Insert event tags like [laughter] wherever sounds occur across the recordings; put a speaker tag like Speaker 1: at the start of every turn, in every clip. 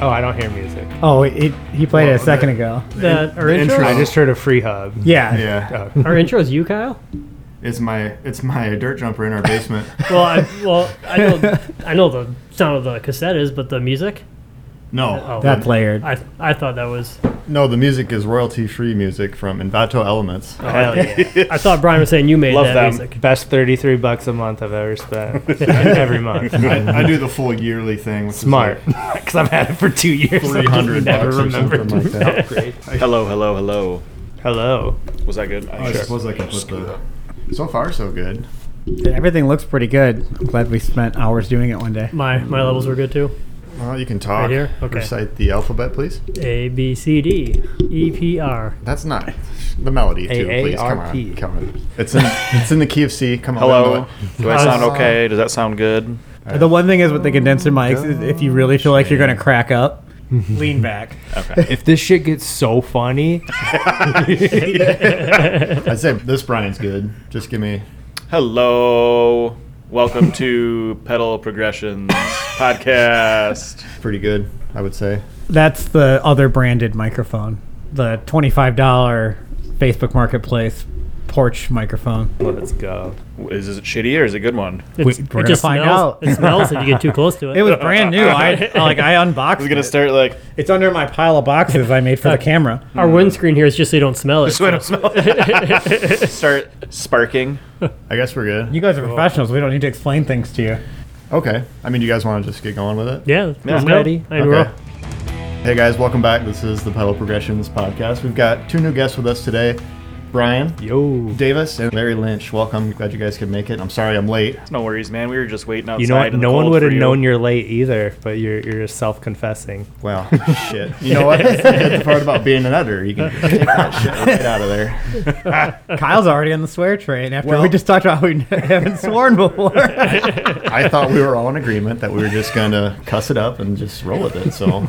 Speaker 1: Oh, I don't hear music.
Speaker 2: Oh, it, he played
Speaker 3: Well,
Speaker 2: it a second
Speaker 3: the-
Speaker 2: ago.
Speaker 4: The, our
Speaker 3: the
Speaker 4: intro.
Speaker 3: intro.
Speaker 1: I just heard a free hub.
Speaker 2: Yeah.
Speaker 3: [laughs]
Speaker 4: [laughs]
Speaker 3: Yeah,
Speaker 1: Oh.
Speaker 4: Our intro is you, Kyle.
Speaker 3: it's my it's my dirt jumper in
Speaker 1: [laughs]
Speaker 3: our basement.
Speaker 4: Well, I, well, I know, I know the sound of the cassette is, but the music.
Speaker 3: No,
Speaker 4: Oh.
Speaker 2: That's layered.
Speaker 4: I, I thought that was.
Speaker 3: no, the music is royalty free music from Invato Elements.
Speaker 1: Oh, Hell
Speaker 5: [laughs]
Speaker 1: yeah.
Speaker 4: I thought Brian was saying you made
Speaker 1: Love
Speaker 4: that
Speaker 1: them.
Speaker 4: music.
Speaker 1: Best 33 bucks a month I've ever
Speaker 5: [laughs]
Speaker 1: spent. [laughs] Every month.
Speaker 3: I, I do the full yearly thing.
Speaker 1: [laughs]
Speaker 3: Which
Speaker 1: Smart. [laughs]
Speaker 3: Is
Speaker 1: Because I've had it for two years. I just
Speaker 3: 300
Speaker 1: never
Speaker 3: bucks or
Speaker 1: remembered
Speaker 3: something like
Speaker 1: to
Speaker 3: that.
Speaker 1: upgrade.
Speaker 5: Hello, hello, hello.
Speaker 1: [laughs] Hello.
Speaker 5: Was that good?
Speaker 3: like, I suppose I can put the. So far, so good.
Speaker 2: Everything looks pretty good. I'm glad we spent hours doing it one day.
Speaker 4: My my levels were good too.
Speaker 3: Well, you can talk.
Speaker 4: Right here? Okay.
Speaker 3: Recite the alphabet, please.
Speaker 4: A B C D E P R.
Speaker 3: That's not the melody, too. Please come
Speaker 1: AARP.
Speaker 3: on, come on. It's in it's in the key of C. Come on.
Speaker 5: Hello. Do I
Speaker 4: How's-
Speaker 1: Uh,
Speaker 5: sound okay? Does that sound good?
Speaker 2: The one thing is with the condenser mics, is if you really feel like you're going to crack up, lean back.
Speaker 5: Okay.
Speaker 1: If this shit gets so funny,
Speaker 3: I said this Brian's good. Just give me.
Speaker 5: hello. Welcome to
Speaker 1: [laughs]
Speaker 5: Pedal Progressions podcast.
Speaker 3: Pretty good, I would say.
Speaker 2: That's the other branded microphone, the $25 Facebook Marketplace porch microphone.
Speaker 1: let's go.
Speaker 5: Is it shitty or is it a good one?
Speaker 4: It's,
Speaker 2: we're gonna find
Speaker 4: smells,
Speaker 2: out.
Speaker 4: It smells if you get too close to it.
Speaker 2: It was brand new. I like I unboxed
Speaker 5: I was gonna
Speaker 2: it.
Speaker 5: start like
Speaker 2: It's under my pile of boxes I made for the camera.
Speaker 4: Our windscreen here is just so you don't smell it.
Speaker 5: so [laughs] I don't smell it. start sparking.
Speaker 3: I guess we're good.
Speaker 2: You guys are professionals. We don't need to explain things to you.
Speaker 3: okay. I mean, do you guys want to just get going with it?
Speaker 4: [laughs] Yeah,
Speaker 5: I'm
Speaker 1: ready.
Speaker 4: I mean,
Speaker 3: Okay.
Speaker 4: we're-
Speaker 3: Hey guys, welcome back. This is the Pedal Progressions podcast. We've got two new guests with us today, Brian
Speaker 1: Yo.
Speaker 3: Davis and Larry Lynch. Welcome. Glad you guys could make it. I'm sorry I'm late.
Speaker 5: No worries, man. We were just waiting outside.
Speaker 1: You know what?
Speaker 5: in the
Speaker 1: No one
Speaker 5: cold
Speaker 1: would
Speaker 5: for
Speaker 1: have
Speaker 5: you.
Speaker 1: known you're late either, but you're you're self confessing.
Speaker 3: Wow, [laughs] shit. You know what? That's the part about being an editor. You can just
Speaker 2: [laughs]
Speaker 3: take that shit right out of there.
Speaker 2: Kyle's already on the swear train after
Speaker 3: Well-
Speaker 2: we just talked about how we [laughs] haven't sworn before.
Speaker 3: [laughs] I thought we were all in agreement that we were just gonna cuss it up and just roll with it. So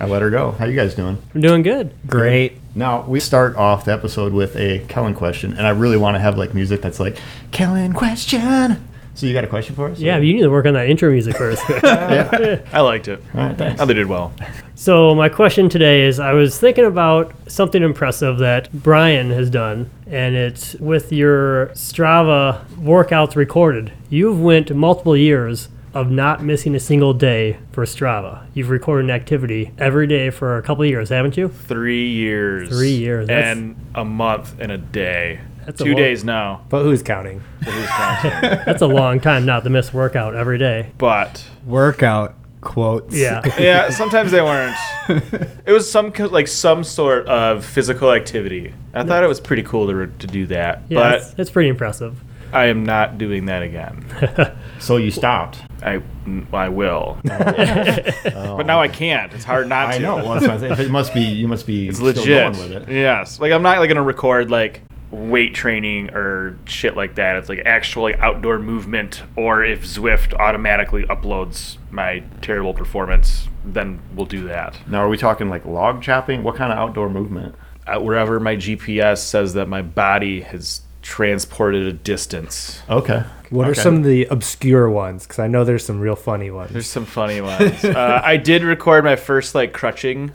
Speaker 3: I let her go. How you guys doing?
Speaker 4: I'm doing good.
Speaker 2: Great.
Speaker 3: Now we start off the episode with a Kellen question, and I really want to have like music that's like Kellen question. So you got a question for us?
Speaker 4: Yeah, but you need to work on that intro music first.
Speaker 3: yeah.
Speaker 5: I liked it.
Speaker 3: All right, thanks.
Speaker 5: Oh, they did well.
Speaker 4: So my question today is I was thinking about something impressive that Brian has done and it's with your Strava workouts recorded. You've went multiple years of not missing a single day for Strava. You've recorded an activity every day for a couple of years, haven't you?
Speaker 5: Three years.
Speaker 4: Three years, that's-
Speaker 5: And a month and a day.
Speaker 4: That's a
Speaker 5: Two
Speaker 4: lot.
Speaker 5: days now.
Speaker 1: But who's counting?
Speaker 5: But
Speaker 1: [laughs]
Speaker 5: who's counting?
Speaker 4: That's a long time not to miss a workout every day.
Speaker 5: but
Speaker 2: Workout quotes.
Speaker 4: Yeah.
Speaker 5: yeah, sometimes
Speaker 3: [laughs]
Speaker 5: they weren't. It was some co- like some sort of physical activity. I thought it was pretty cool to, re- to do that,
Speaker 4: Yeah, it's, it's pretty impressive.
Speaker 5: but I am not doing that again.
Speaker 3: So you stopped.
Speaker 5: I
Speaker 3: [laughs]
Speaker 5: I will, [laughs] but now I can't. It's hard not
Speaker 3: I
Speaker 5: to.
Speaker 3: know. Well, that's what I'm saying. If [laughs] it must be. You must be
Speaker 5: It's
Speaker 3: still
Speaker 5: legit.
Speaker 3: going with it.
Speaker 5: Yes, like I'm not like gonna record like weight training or shit like that. It's like actual like, outdoor movement, or if Zwift automatically uploads my terrible performance, then we'll do that.
Speaker 3: Now, are we talking like log chopping? What kind of outdoor movement?
Speaker 5: uh, wherever my GPS says that my body has transported a distance.
Speaker 3: Okay.
Speaker 1: What are
Speaker 3: Okay.
Speaker 1: some of the obscure ones? Because I know there's some real funny ones.
Speaker 5: There's some funny ones. uh, I did record my first like crutching.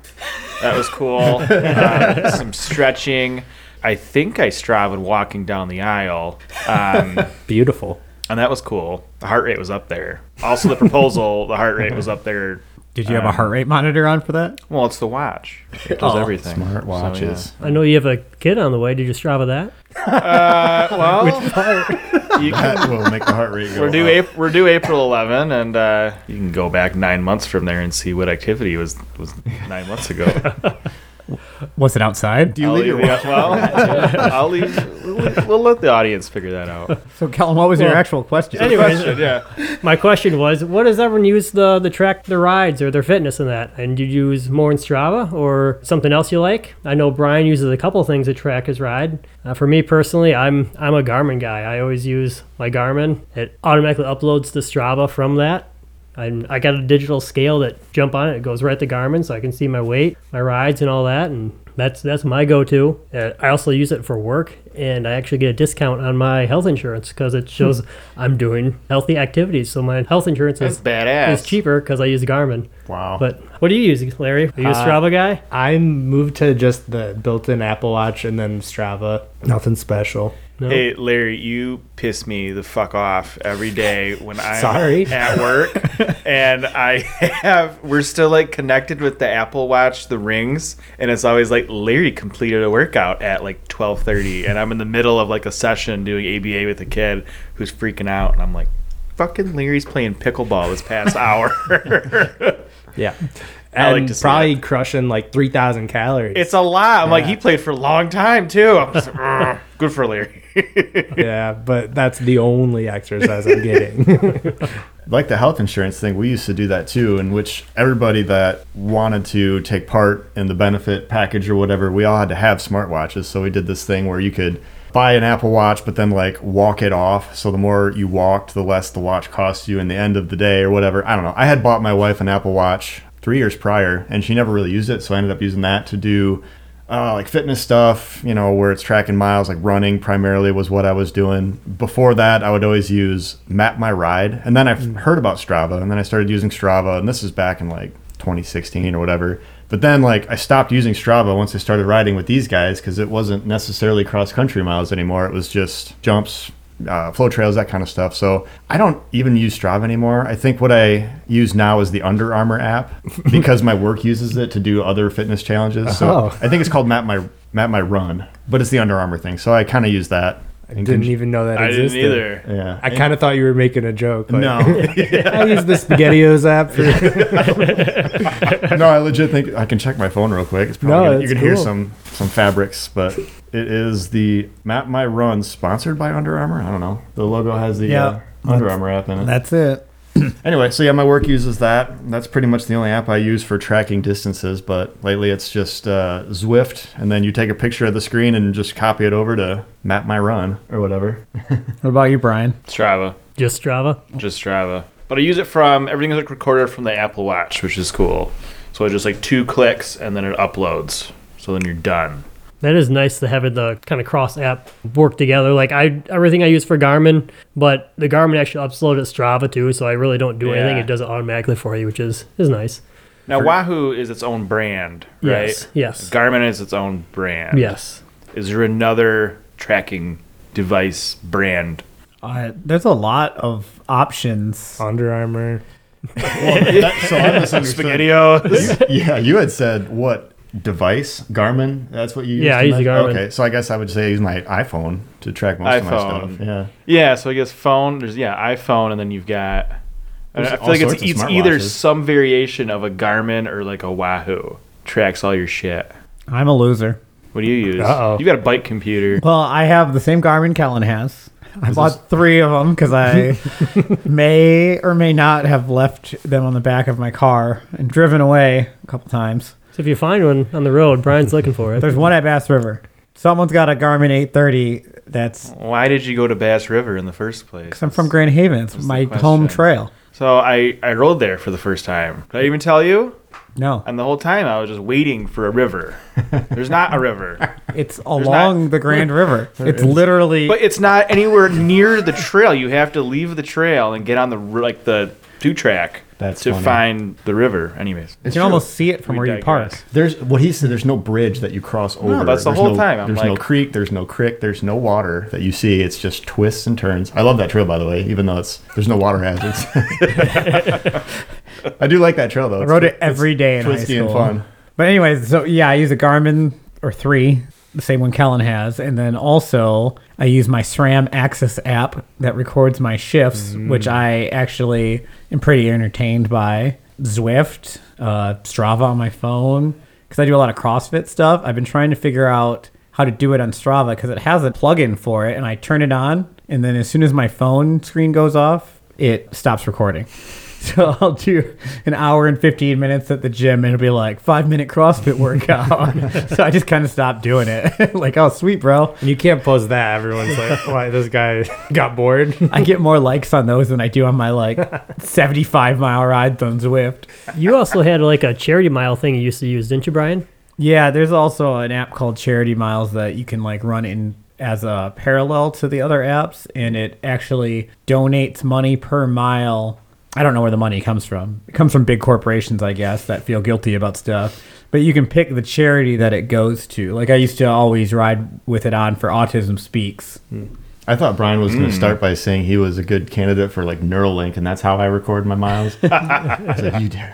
Speaker 5: That was cool. Um, some stretching. I think I strived walking down the aisle, um,
Speaker 1: Beautiful.
Speaker 5: and that was cool. The heart rate was up there. Also, the proposal, the heart rate was up there.
Speaker 2: [laughs] Did you have a heart rate monitor on for that?
Speaker 5: Well, it's the watch. It does everything.
Speaker 3: Smart
Speaker 5: So,
Speaker 3: watches.
Speaker 5: yeah.
Speaker 4: I know you have a kid on the way. Did you Strava that?
Speaker 5: Well, you can
Speaker 3: That will make the heart rate go
Speaker 5: We're due,
Speaker 3: up.
Speaker 5: April, we're due April 11, and uh, you can go back nine months from there and see what activity was was nine months [laughs] ago.
Speaker 2: Was it outside?
Speaker 3: Do you
Speaker 5: I'll
Speaker 3: leave your
Speaker 5: leave-
Speaker 3: watch? [laughs]
Speaker 5: [laughs] well, I'll leave. We'll, we'll let the audience figure that out.
Speaker 2: So, Kellen, what was your
Speaker 4: Well,
Speaker 2: actual question?
Speaker 5: Question, yeah.
Speaker 4: My question was, what does everyone use the the track their rides or their fitness in that? And do you use more in Strava or something else you like? I know Brian uses a couple things to track his ride. Uh, for me personally, I'm I'm a Garmin guy. I always use my Garmin. It automatically uploads to Strava from that. I'm, I got a digital scale that jump on it. It goes right to Garmin, so I can see my weight, my rides, and all that. And that's that's my go-to. Uh, I also use it for work and I actually get a discount on my health insurance because it shows I'm doing healthy activities. So my health insurance
Speaker 5: That's
Speaker 4: is,
Speaker 5: badass.
Speaker 4: is cheaper because I use Garmin.
Speaker 3: Wow.
Speaker 4: But what do you use, Larry? Are you a
Speaker 1: Uh,
Speaker 4: Strava guy?
Speaker 1: I moved to just the built-in Apple Watch and then Strava. Nothing special.
Speaker 4: No.
Speaker 5: Hey Larry, you piss me the fuck off every day when I'm
Speaker 1: Sorry.
Speaker 5: at work, and I have we're still like connected with the Apple Watch, the rings, and it's always like Larry completed a workout at like twelve thirty, and I'm in the middle of like a session doing ABA with a kid who's freaking out, and I'm like, fucking Larry's playing pickleball this past hour. [laughs]
Speaker 1: Yeah.
Speaker 5: I like
Speaker 1: And
Speaker 5: to see
Speaker 1: probably crushing like 3,000 calories.
Speaker 5: it's a lot. I'm like he played for a long time too. I'm just, "Ugh, good for Larry.
Speaker 1: yeah, but that's the only exercise I'm
Speaker 5: [laughs]
Speaker 1: getting. [laughs]
Speaker 3: like the health insurance thing, we used to do that too, in which everybody that wanted to take part in the benefit package or whatever, we all had to have smartwatches. So we did this thing where you could buy an Apple Watch, but then like walk it off. So the more you walked, the less the watch cost you in the end of the day or whatever. I don't know. I had bought my wife an Apple Watch three years prior and she never really used it. So I ended up using that to do uh, like fitness stuff, you know, where it's tracking miles, like running primarily was what I was doing. Before that, I would always use Map My Ride. And then I heard about Strava, and then I started using Strava, and this is back in like 2016 or whatever. But then, like, I stopped using Strava once I started riding with these guys because it wasn't necessarily cross country miles anymore. It was just jumps, uh, flow trails, that kind of stuff. So I don't even use Strava anymore. I think what I use now is the Under Armour
Speaker 1: [laughs]
Speaker 3: app because my work uses it to do other fitness challenges. So
Speaker 1: Oh.
Speaker 3: I think it's called Map My Map My Run, but it's the Under Armour thing. So I kind of use that. in
Speaker 1: didn't
Speaker 3: conj-
Speaker 1: even know that
Speaker 5: I didn't
Speaker 1: existed.
Speaker 5: either.
Speaker 3: Yeah.
Speaker 1: I kind of thought you were making a joke. like, [laughs]
Speaker 3: no,
Speaker 1: I use the SpaghettiOs app
Speaker 5: [laughs]
Speaker 1: for.
Speaker 3: [laughs] no, I legit think I can check my phone real quick. It's probably
Speaker 1: No,
Speaker 3: gonna, you
Speaker 1: that's
Speaker 3: can hear
Speaker 1: cool.
Speaker 3: some some fabrics, but it is the Map My Run sponsored by Under Armour. I don't know. The logo has the
Speaker 2: Yeah.
Speaker 3: uh, Under Armour app in
Speaker 2: [laughs]
Speaker 3: it.
Speaker 2: That's it.
Speaker 3: Anyway, so yeah, my work uses that. That's pretty much the only app I use for tracking distances, but lately it's just uh, Zwift, and then you take a picture of the screen and just copy it over to map my run
Speaker 4: [laughs]
Speaker 3: or whatever.
Speaker 2: What about you, Brian?
Speaker 5: Strava.
Speaker 4: Just Strava.
Speaker 5: just Strava. But I use it from everything's like recorded from the Apple Watch, which is cool. So it's just like two clicks and then it uploads. So then you're done.
Speaker 4: That is nice to have it the kind of cross app work together. Like I everything I use for Garmin, but the Garmin actually uploads to Strava too, so I really don't do anything.
Speaker 5: Yeah.
Speaker 4: It does it automatically for you, which is is nice.
Speaker 5: Now Wahoo is its own brand, right?
Speaker 4: Yes. Yes.
Speaker 5: Garmin is its own brand.
Speaker 4: yes.
Speaker 5: Is there another tracking device brand?
Speaker 2: Uh, there's a lot of
Speaker 4: Uh,
Speaker 2: options.
Speaker 1: Under Armour.
Speaker 3: so I misunderstood.
Speaker 5: SpaghettiOs.
Speaker 3: yeah, you had said what device? Garmin? That's what you use?
Speaker 4: Yeah, I
Speaker 3: to
Speaker 4: use the
Speaker 3: measure?
Speaker 4: Garmin.
Speaker 3: Okay, so I guess I would say I use my iPhone to track most of my
Speaker 5: iPhone.
Speaker 3: stuff. Yeah.
Speaker 5: [laughs] yeah, so I guess phone, there's yeah, iPhone and then you've got I
Speaker 3: There's
Speaker 5: I feel
Speaker 3: all
Speaker 5: like it's,
Speaker 3: sorts of
Speaker 5: it's
Speaker 3: smartwatches.
Speaker 5: either some variation of a Garmin or like a Wahoo. Tracks all your shit.
Speaker 2: I'm a loser.
Speaker 5: What do you use?
Speaker 1: Uh-oh.
Speaker 5: You got a bike computer.
Speaker 2: Well, I have the same Garmin Kellen
Speaker 5: [laughs]
Speaker 2: has. I bought three of them because I may or may not have left them on the back of my car and driven away a couple times.
Speaker 4: So if you find one on the road, Brian's looking for it.
Speaker 2: There's one at Bass River. Someone's got a Garmin 830 that's
Speaker 5: Why did you go to Bass River in the first place?
Speaker 2: Cause I'm from Grand Haven. It's my
Speaker 5: the
Speaker 2: home
Speaker 5: question.
Speaker 2: trail.
Speaker 5: So I, I rode there for the first time. Did I even tell you?
Speaker 2: No,
Speaker 5: And the whole time I was just waiting for
Speaker 2: [laughs]
Speaker 5: a river. There's not a river.
Speaker 2: it's along
Speaker 5: not-
Speaker 2: the
Speaker 5: [laughs]
Speaker 2: Grand River. It's literally
Speaker 5: But it's not anywhere near the trail. You have to leave the trail and get on the r- like the two track
Speaker 3: That's
Speaker 5: to
Speaker 3: funny.
Speaker 5: find the river. Anyways.
Speaker 2: you can almost see it from
Speaker 5: We
Speaker 2: where you park.
Speaker 5: digress.
Speaker 3: There's what he said. There's no bridge that you cross over.
Speaker 5: that's the
Speaker 3: There's
Speaker 5: whole
Speaker 3: no-
Speaker 5: time. I'm
Speaker 3: there's no
Speaker 5: like-
Speaker 3: creek. There's no creek. There's no water that you see. It's just twists and turns. I love that trail, by the way, even though it's there's no water hazards. [laughs] I do like that trail though.
Speaker 2: I rode it every day in high
Speaker 3: twisty
Speaker 2: school.
Speaker 3: and fun.
Speaker 2: But anyways, so yeah, I use a Garmin or three, the same one Kellen has, and then also I use my SRAM Access app that records my shifts,
Speaker 3: Mm.
Speaker 2: which I actually am pretty entertained by. Zwift, uh, Strava on my phone, because I do a lot of CrossFit stuff. I've been trying to figure out how to do it on Strava because it has a plugin for it, and I turn it on, and then as soon as my phone screen goes off, it stops recording. [laughs] So I'll do an hour and 15 minutes at the gym and it'll be like five minute CrossFit workout. so I just kind of stopped doing it. [laughs] like, oh, sweet, bro.
Speaker 1: And you can't post that. Everyone's
Speaker 5: [laughs]
Speaker 1: like, why, this guy [laughs] got bored.
Speaker 2: I get more likes on those than I do on my like 75 mile ride on Zwift.
Speaker 4: You also had like a charity mile thing you used to use, didn't you, Brian?
Speaker 2: Yeah, there's also an app called Charity Miles that you can like run in as a parallel to the other apps, and it actually donates money per mile. I don't know where the money comes from. It comes from big corporations, I guess, that feel guilty about stuff. But you can pick the charity that it goes to. Like I used to always ride with it on for Autism Speaks.
Speaker 3: I thought Brian was
Speaker 5: Mm.
Speaker 3: going to start by saying he was a good candidate for like Neuralink, and that's how I record my
Speaker 5: [laughs]
Speaker 3: miles. I was like, you dare.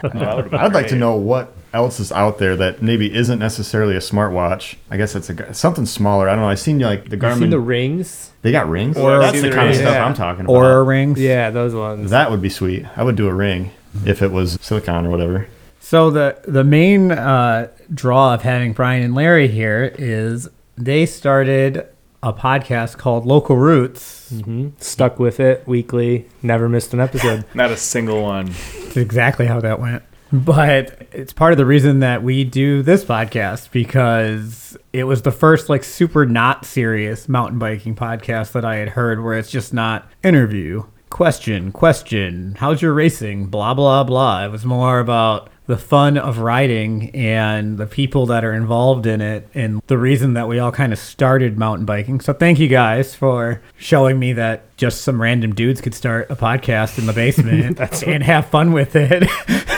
Speaker 3: I'd like to know what else is out there that maybe isn't necessarily a smartwatch. I guess it's a gar- something smaller. I don't know. I've seen like the
Speaker 6: I've
Speaker 3: Garmin.
Speaker 6: seen the rings.
Speaker 3: they got rings.
Speaker 5: Or-
Speaker 3: that's
Speaker 5: Seen
Speaker 3: the
Speaker 5: the
Speaker 3: kind
Speaker 5: rings.
Speaker 3: of stuff
Speaker 6: Yeah.
Speaker 3: I'm talking about.
Speaker 2: Aura rings.
Speaker 6: Yeah, those ones.
Speaker 3: That would be sweet. I would do a ring if it was silicon or whatever.
Speaker 2: So the the main uh, draw of having Brian and Larry here is they started a podcast called Local Roots.
Speaker 6: Stuck with it weekly. Never missed an episode.
Speaker 5: Not a single one.
Speaker 2: That's exactly how that went. But it's part of the reason that we do this podcast because it was the first like super not serious mountain biking podcast that I had heard where it's just not interview, question, question, how's your racing, blah blah blah. It was more about the fun of riding and the people that are involved in it and the reason that we all kind of started mountain biking. So thank you guys for showing me that just some random dudes could start a podcast in the [laughs] basement and have fun with it. [laughs]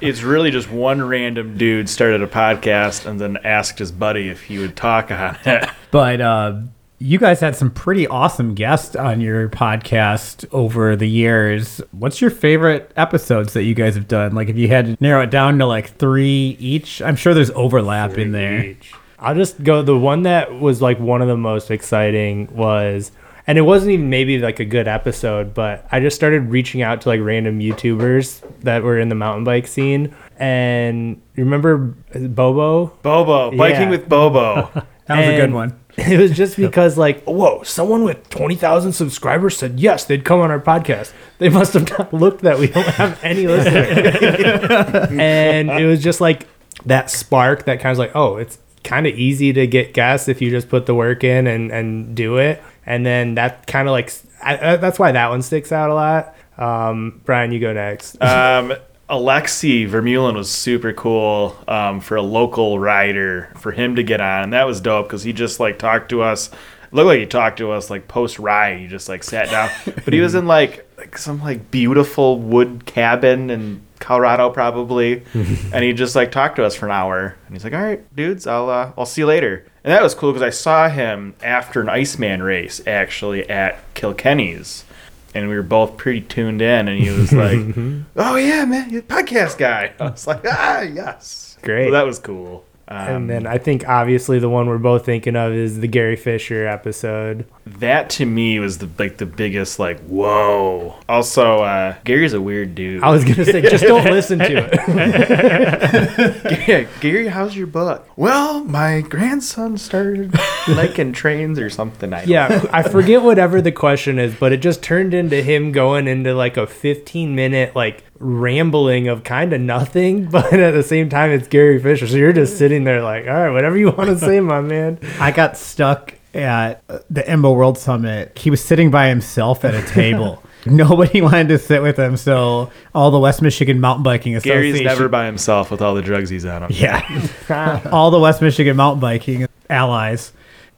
Speaker 5: It's really just one random dude started a podcast and then asked his buddy if he would talk on it. [laughs]
Speaker 2: but uh, you guys had some pretty awesome guests on your podcast over the years. What's your favorite episodes that you guys have done? Like if you had to narrow it down to like 3 each, I'm sure there's overlap in there.
Speaker 6: I'll just go. The one that was like one of the most exciting was, and it wasn't even maybe like a good episode, but I just started reaching out to like random YouTubers that were in the mountain bike scene. And you remember Bobo?
Speaker 5: Bobo, biking
Speaker 6: Yeah.
Speaker 5: with
Speaker 2: [laughs]
Speaker 5: Bobo.
Speaker 2: That was a good
Speaker 6: And
Speaker 2: one.
Speaker 6: [laughs] It was just because, like, whoa, someone with 20,000 subscribers said yes, they'd come on our podcast. They must have not looked that we don't have
Speaker 2: [laughs]
Speaker 6: any listeners. and it was just like that spark that kind of like, oh, it's kind of easy to get guests if you just put the work in and, and do it. And then that kind of like, I, I, that's why that one sticks out a lot. Um, Brian, you go next.
Speaker 5: Um, Alexi Vermeulen was super cool um, for a local rider for him to get on, and that was dope because he just like talked to us. Looked like he talked to us like post ride. He just like sat down, but he was in like like some like beautiful wood cabin in Colorado probably, and he just like talked to us for an hour. And he's like, "All right, dudes, I'll uh, I'll see you later." And that was cool because I saw him after an Iceman race actually at Kilkenny's and we were both pretty tuned in and he was like oh yeah man you're the podcast guy [laughs] i was like ah yes
Speaker 6: Great.
Speaker 5: So that was cool um,
Speaker 6: and then I think obviously the one we're both thinking of is the Gary Fisher episode.
Speaker 5: that to me was the like the biggest like whoa also uh gary's a weird dude
Speaker 6: I was going to say, just don't listen to it.
Speaker 5: [laughs] yeah gary how's your butt well my grandson
Speaker 6: [laughs]
Speaker 5: started liking trains or something I don't
Speaker 6: Yeah, I forget whatever the question is, but it just turned into him going into like a 15 minute like rambling of kind of nothing, [laughs] but at the same time it's Gary Fisher. So you're just sitting there like, "All right, whatever you want to say, my man."
Speaker 2: I got stuck at the Embo World Summit. He was sitting by himself at a
Speaker 5: [laughs]
Speaker 2: table. Nobody wanted to sit with him, so all the West Michigan Mountain Biking Association.
Speaker 5: gary's never by himself with all the drugs he's on him
Speaker 2: yeah, [laughs] all the West Michigan Mountain Biking allies.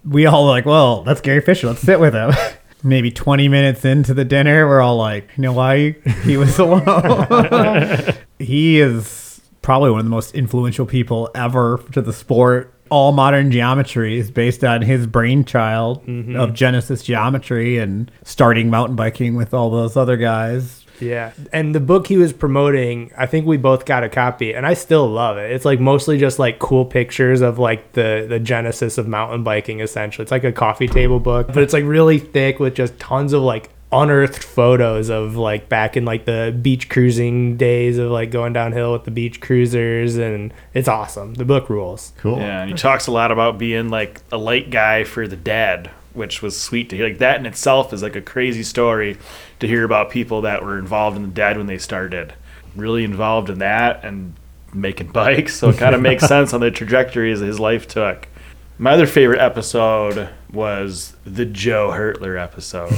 Speaker 2: We all like, well, that's Gary Fisher. Let's sit with him. [laughs] Maybe 20 minutes into the dinner, we're all like, you know why he was [laughs] alone? he is probably one of the most influential people ever to the sport. All modern geometry is based on his brainchild of Genesis geometry and starting mountain biking with all those other guys.
Speaker 6: Yeah. And the book he was promoting, I think we both got a copy and I still love it. It's like mostly just like cool pictures of like the the genesis of mountain biking essentially. It's like a coffee table book, but it's like really thick with just tons of like unearthed photos of like back in like the beach cruising days of like going downhill with the beach cruisers and it's awesome. The book rules.
Speaker 3: Cool.
Speaker 5: Yeah, and he talks a lot about being like a light guy for the dead, which was sweet to hear. Like that in itself is like a crazy story to hear about people that were involved in the dead when they started. Really involved [laughs] in that and making bikes, so it kind of makes sense on the trajectories that his life took. My other favorite episode was the Joe Hurtler episode.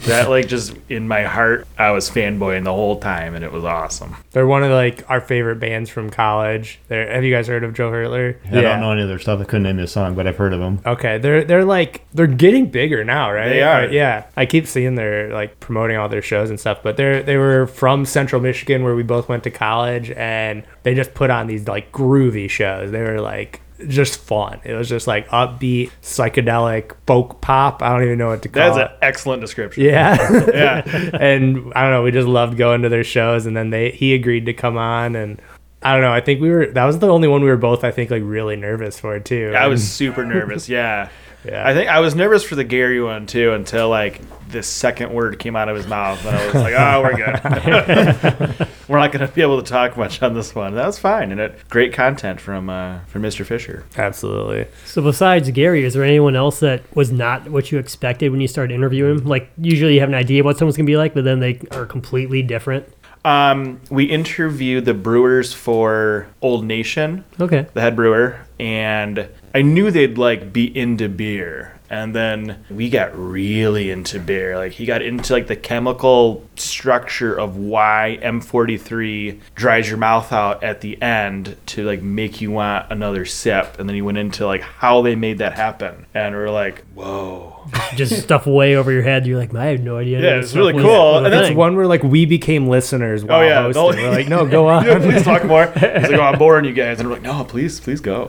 Speaker 5: that like just in my heart, I was fanboying the whole time, and it was awesome.
Speaker 6: They're one of like our favorite bands from college. They're, have you guys heard of Joe Hurtler?
Speaker 3: I don't know any of their stuff. I couldn't name you a song, but I've heard of them.
Speaker 6: Okay, they're they're like they're getting bigger now, right?
Speaker 5: They are.
Speaker 6: Uh, yeah. I keep seeing they're like promoting all their shows and stuff, but they're they were from Central Michigan where we both went to college, and they just put on these like groovy shows. They were like just fun. It was just like upbeat, psychedelic, folk pop. I don't even know what to call
Speaker 5: That's
Speaker 6: it.
Speaker 5: an excellent description.
Speaker 6: Yeah. [laughs]
Speaker 5: yeah.
Speaker 6: and I don't know, we just loved going to their shows and then they he agreed to come on and I don't know, I think we were that was the only one we were both I think like really nervous for too.
Speaker 5: I was super nervous. Yeah.
Speaker 6: Yeah.
Speaker 5: I think I was nervous for the Gary one too until like the second word came out of his mouth and I was like, "Oh, we're good. [laughs] we're not going to be able to talk much on this one." That was fine, and it great content from uh, from Mr. Fisher.
Speaker 6: Absolutely.
Speaker 4: So besides Gary, is there anyone else that was not what you expected when you started interviewing? Like usually you have an idea what someone's gonna be like, but then they are completely different.
Speaker 5: Um, we interviewed the brewers for Old Nation,
Speaker 4: Okay.
Speaker 5: the head brewer, and I knew they'd like be into beer. And then we got really into beer. Like he got into like the chemical structure of why M43 dries your mouth out at the end to like make you want another sip. And then he went into like how they made that happen. And we are like, oh, whoa. [laughs]
Speaker 4: Just stuff way over your head. You're like, I have no idea.
Speaker 5: Yeah,
Speaker 4: this
Speaker 5: it's
Speaker 4: stuff
Speaker 5: really
Speaker 4: was-
Speaker 5: cool.
Speaker 4: was a
Speaker 5: And that's
Speaker 4: thing."
Speaker 6: One where like we became listeners while
Speaker 5: Oh yeah,
Speaker 6: hosting. We're
Speaker 5: No,
Speaker 6: like, no, go on.
Speaker 5: [laughs] Yeah, please talk more. He's like, oh, I'm boring you guys, and we're like, no, please, please go.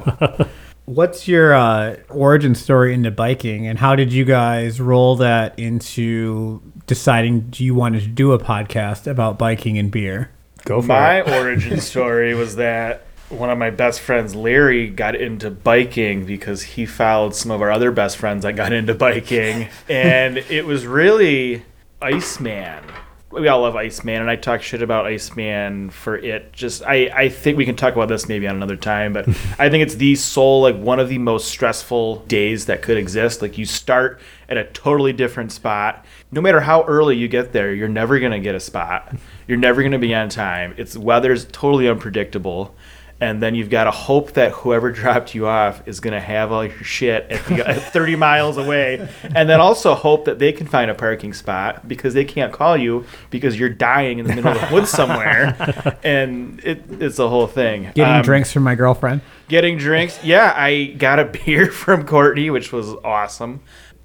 Speaker 2: What's your uh, origin story into biking, and how did you guys roll that into deciding do you wanted to do a podcast about biking and beer?
Speaker 6: Go for it. [laughs]
Speaker 5: my origin story was that one of my best friends, Larry, got into biking because he followed some of our other best friends that got into
Speaker 6: [laughs]
Speaker 5: biking. and it was really Iceman. We all love Iceman, and I talk shit about Iceman for it. Just, I, I think we can talk about this maybe on another
Speaker 6: [laughs]
Speaker 5: time, but I think it's the sole, like, one of the most stressful days that could exist. Like, you start at a totally different spot. No matter how early you get there, you're never going to get a spot. You're never going to be on time. It's weather's totally unpredictable. And then you've got to hope that whoever [laughs] dropped you off is going to have all your shit at
Speaker 2: [laughs]
Speaker 5: the, at 30 miles away. And then also hope that they can find a parking spot because they can't call you because you're dying in the middle of the
Speaker 2: [laughs]
Speaker 5: woods somewhere. And it, it's a whole thing.
Speaker 2: Getting
Speaker 5: Um,
Speaker 2: drinks from my girlfriend.
Speaker 5: Getting drinks. Yeah, I got a [laughs] beer from Courtney, which was awesome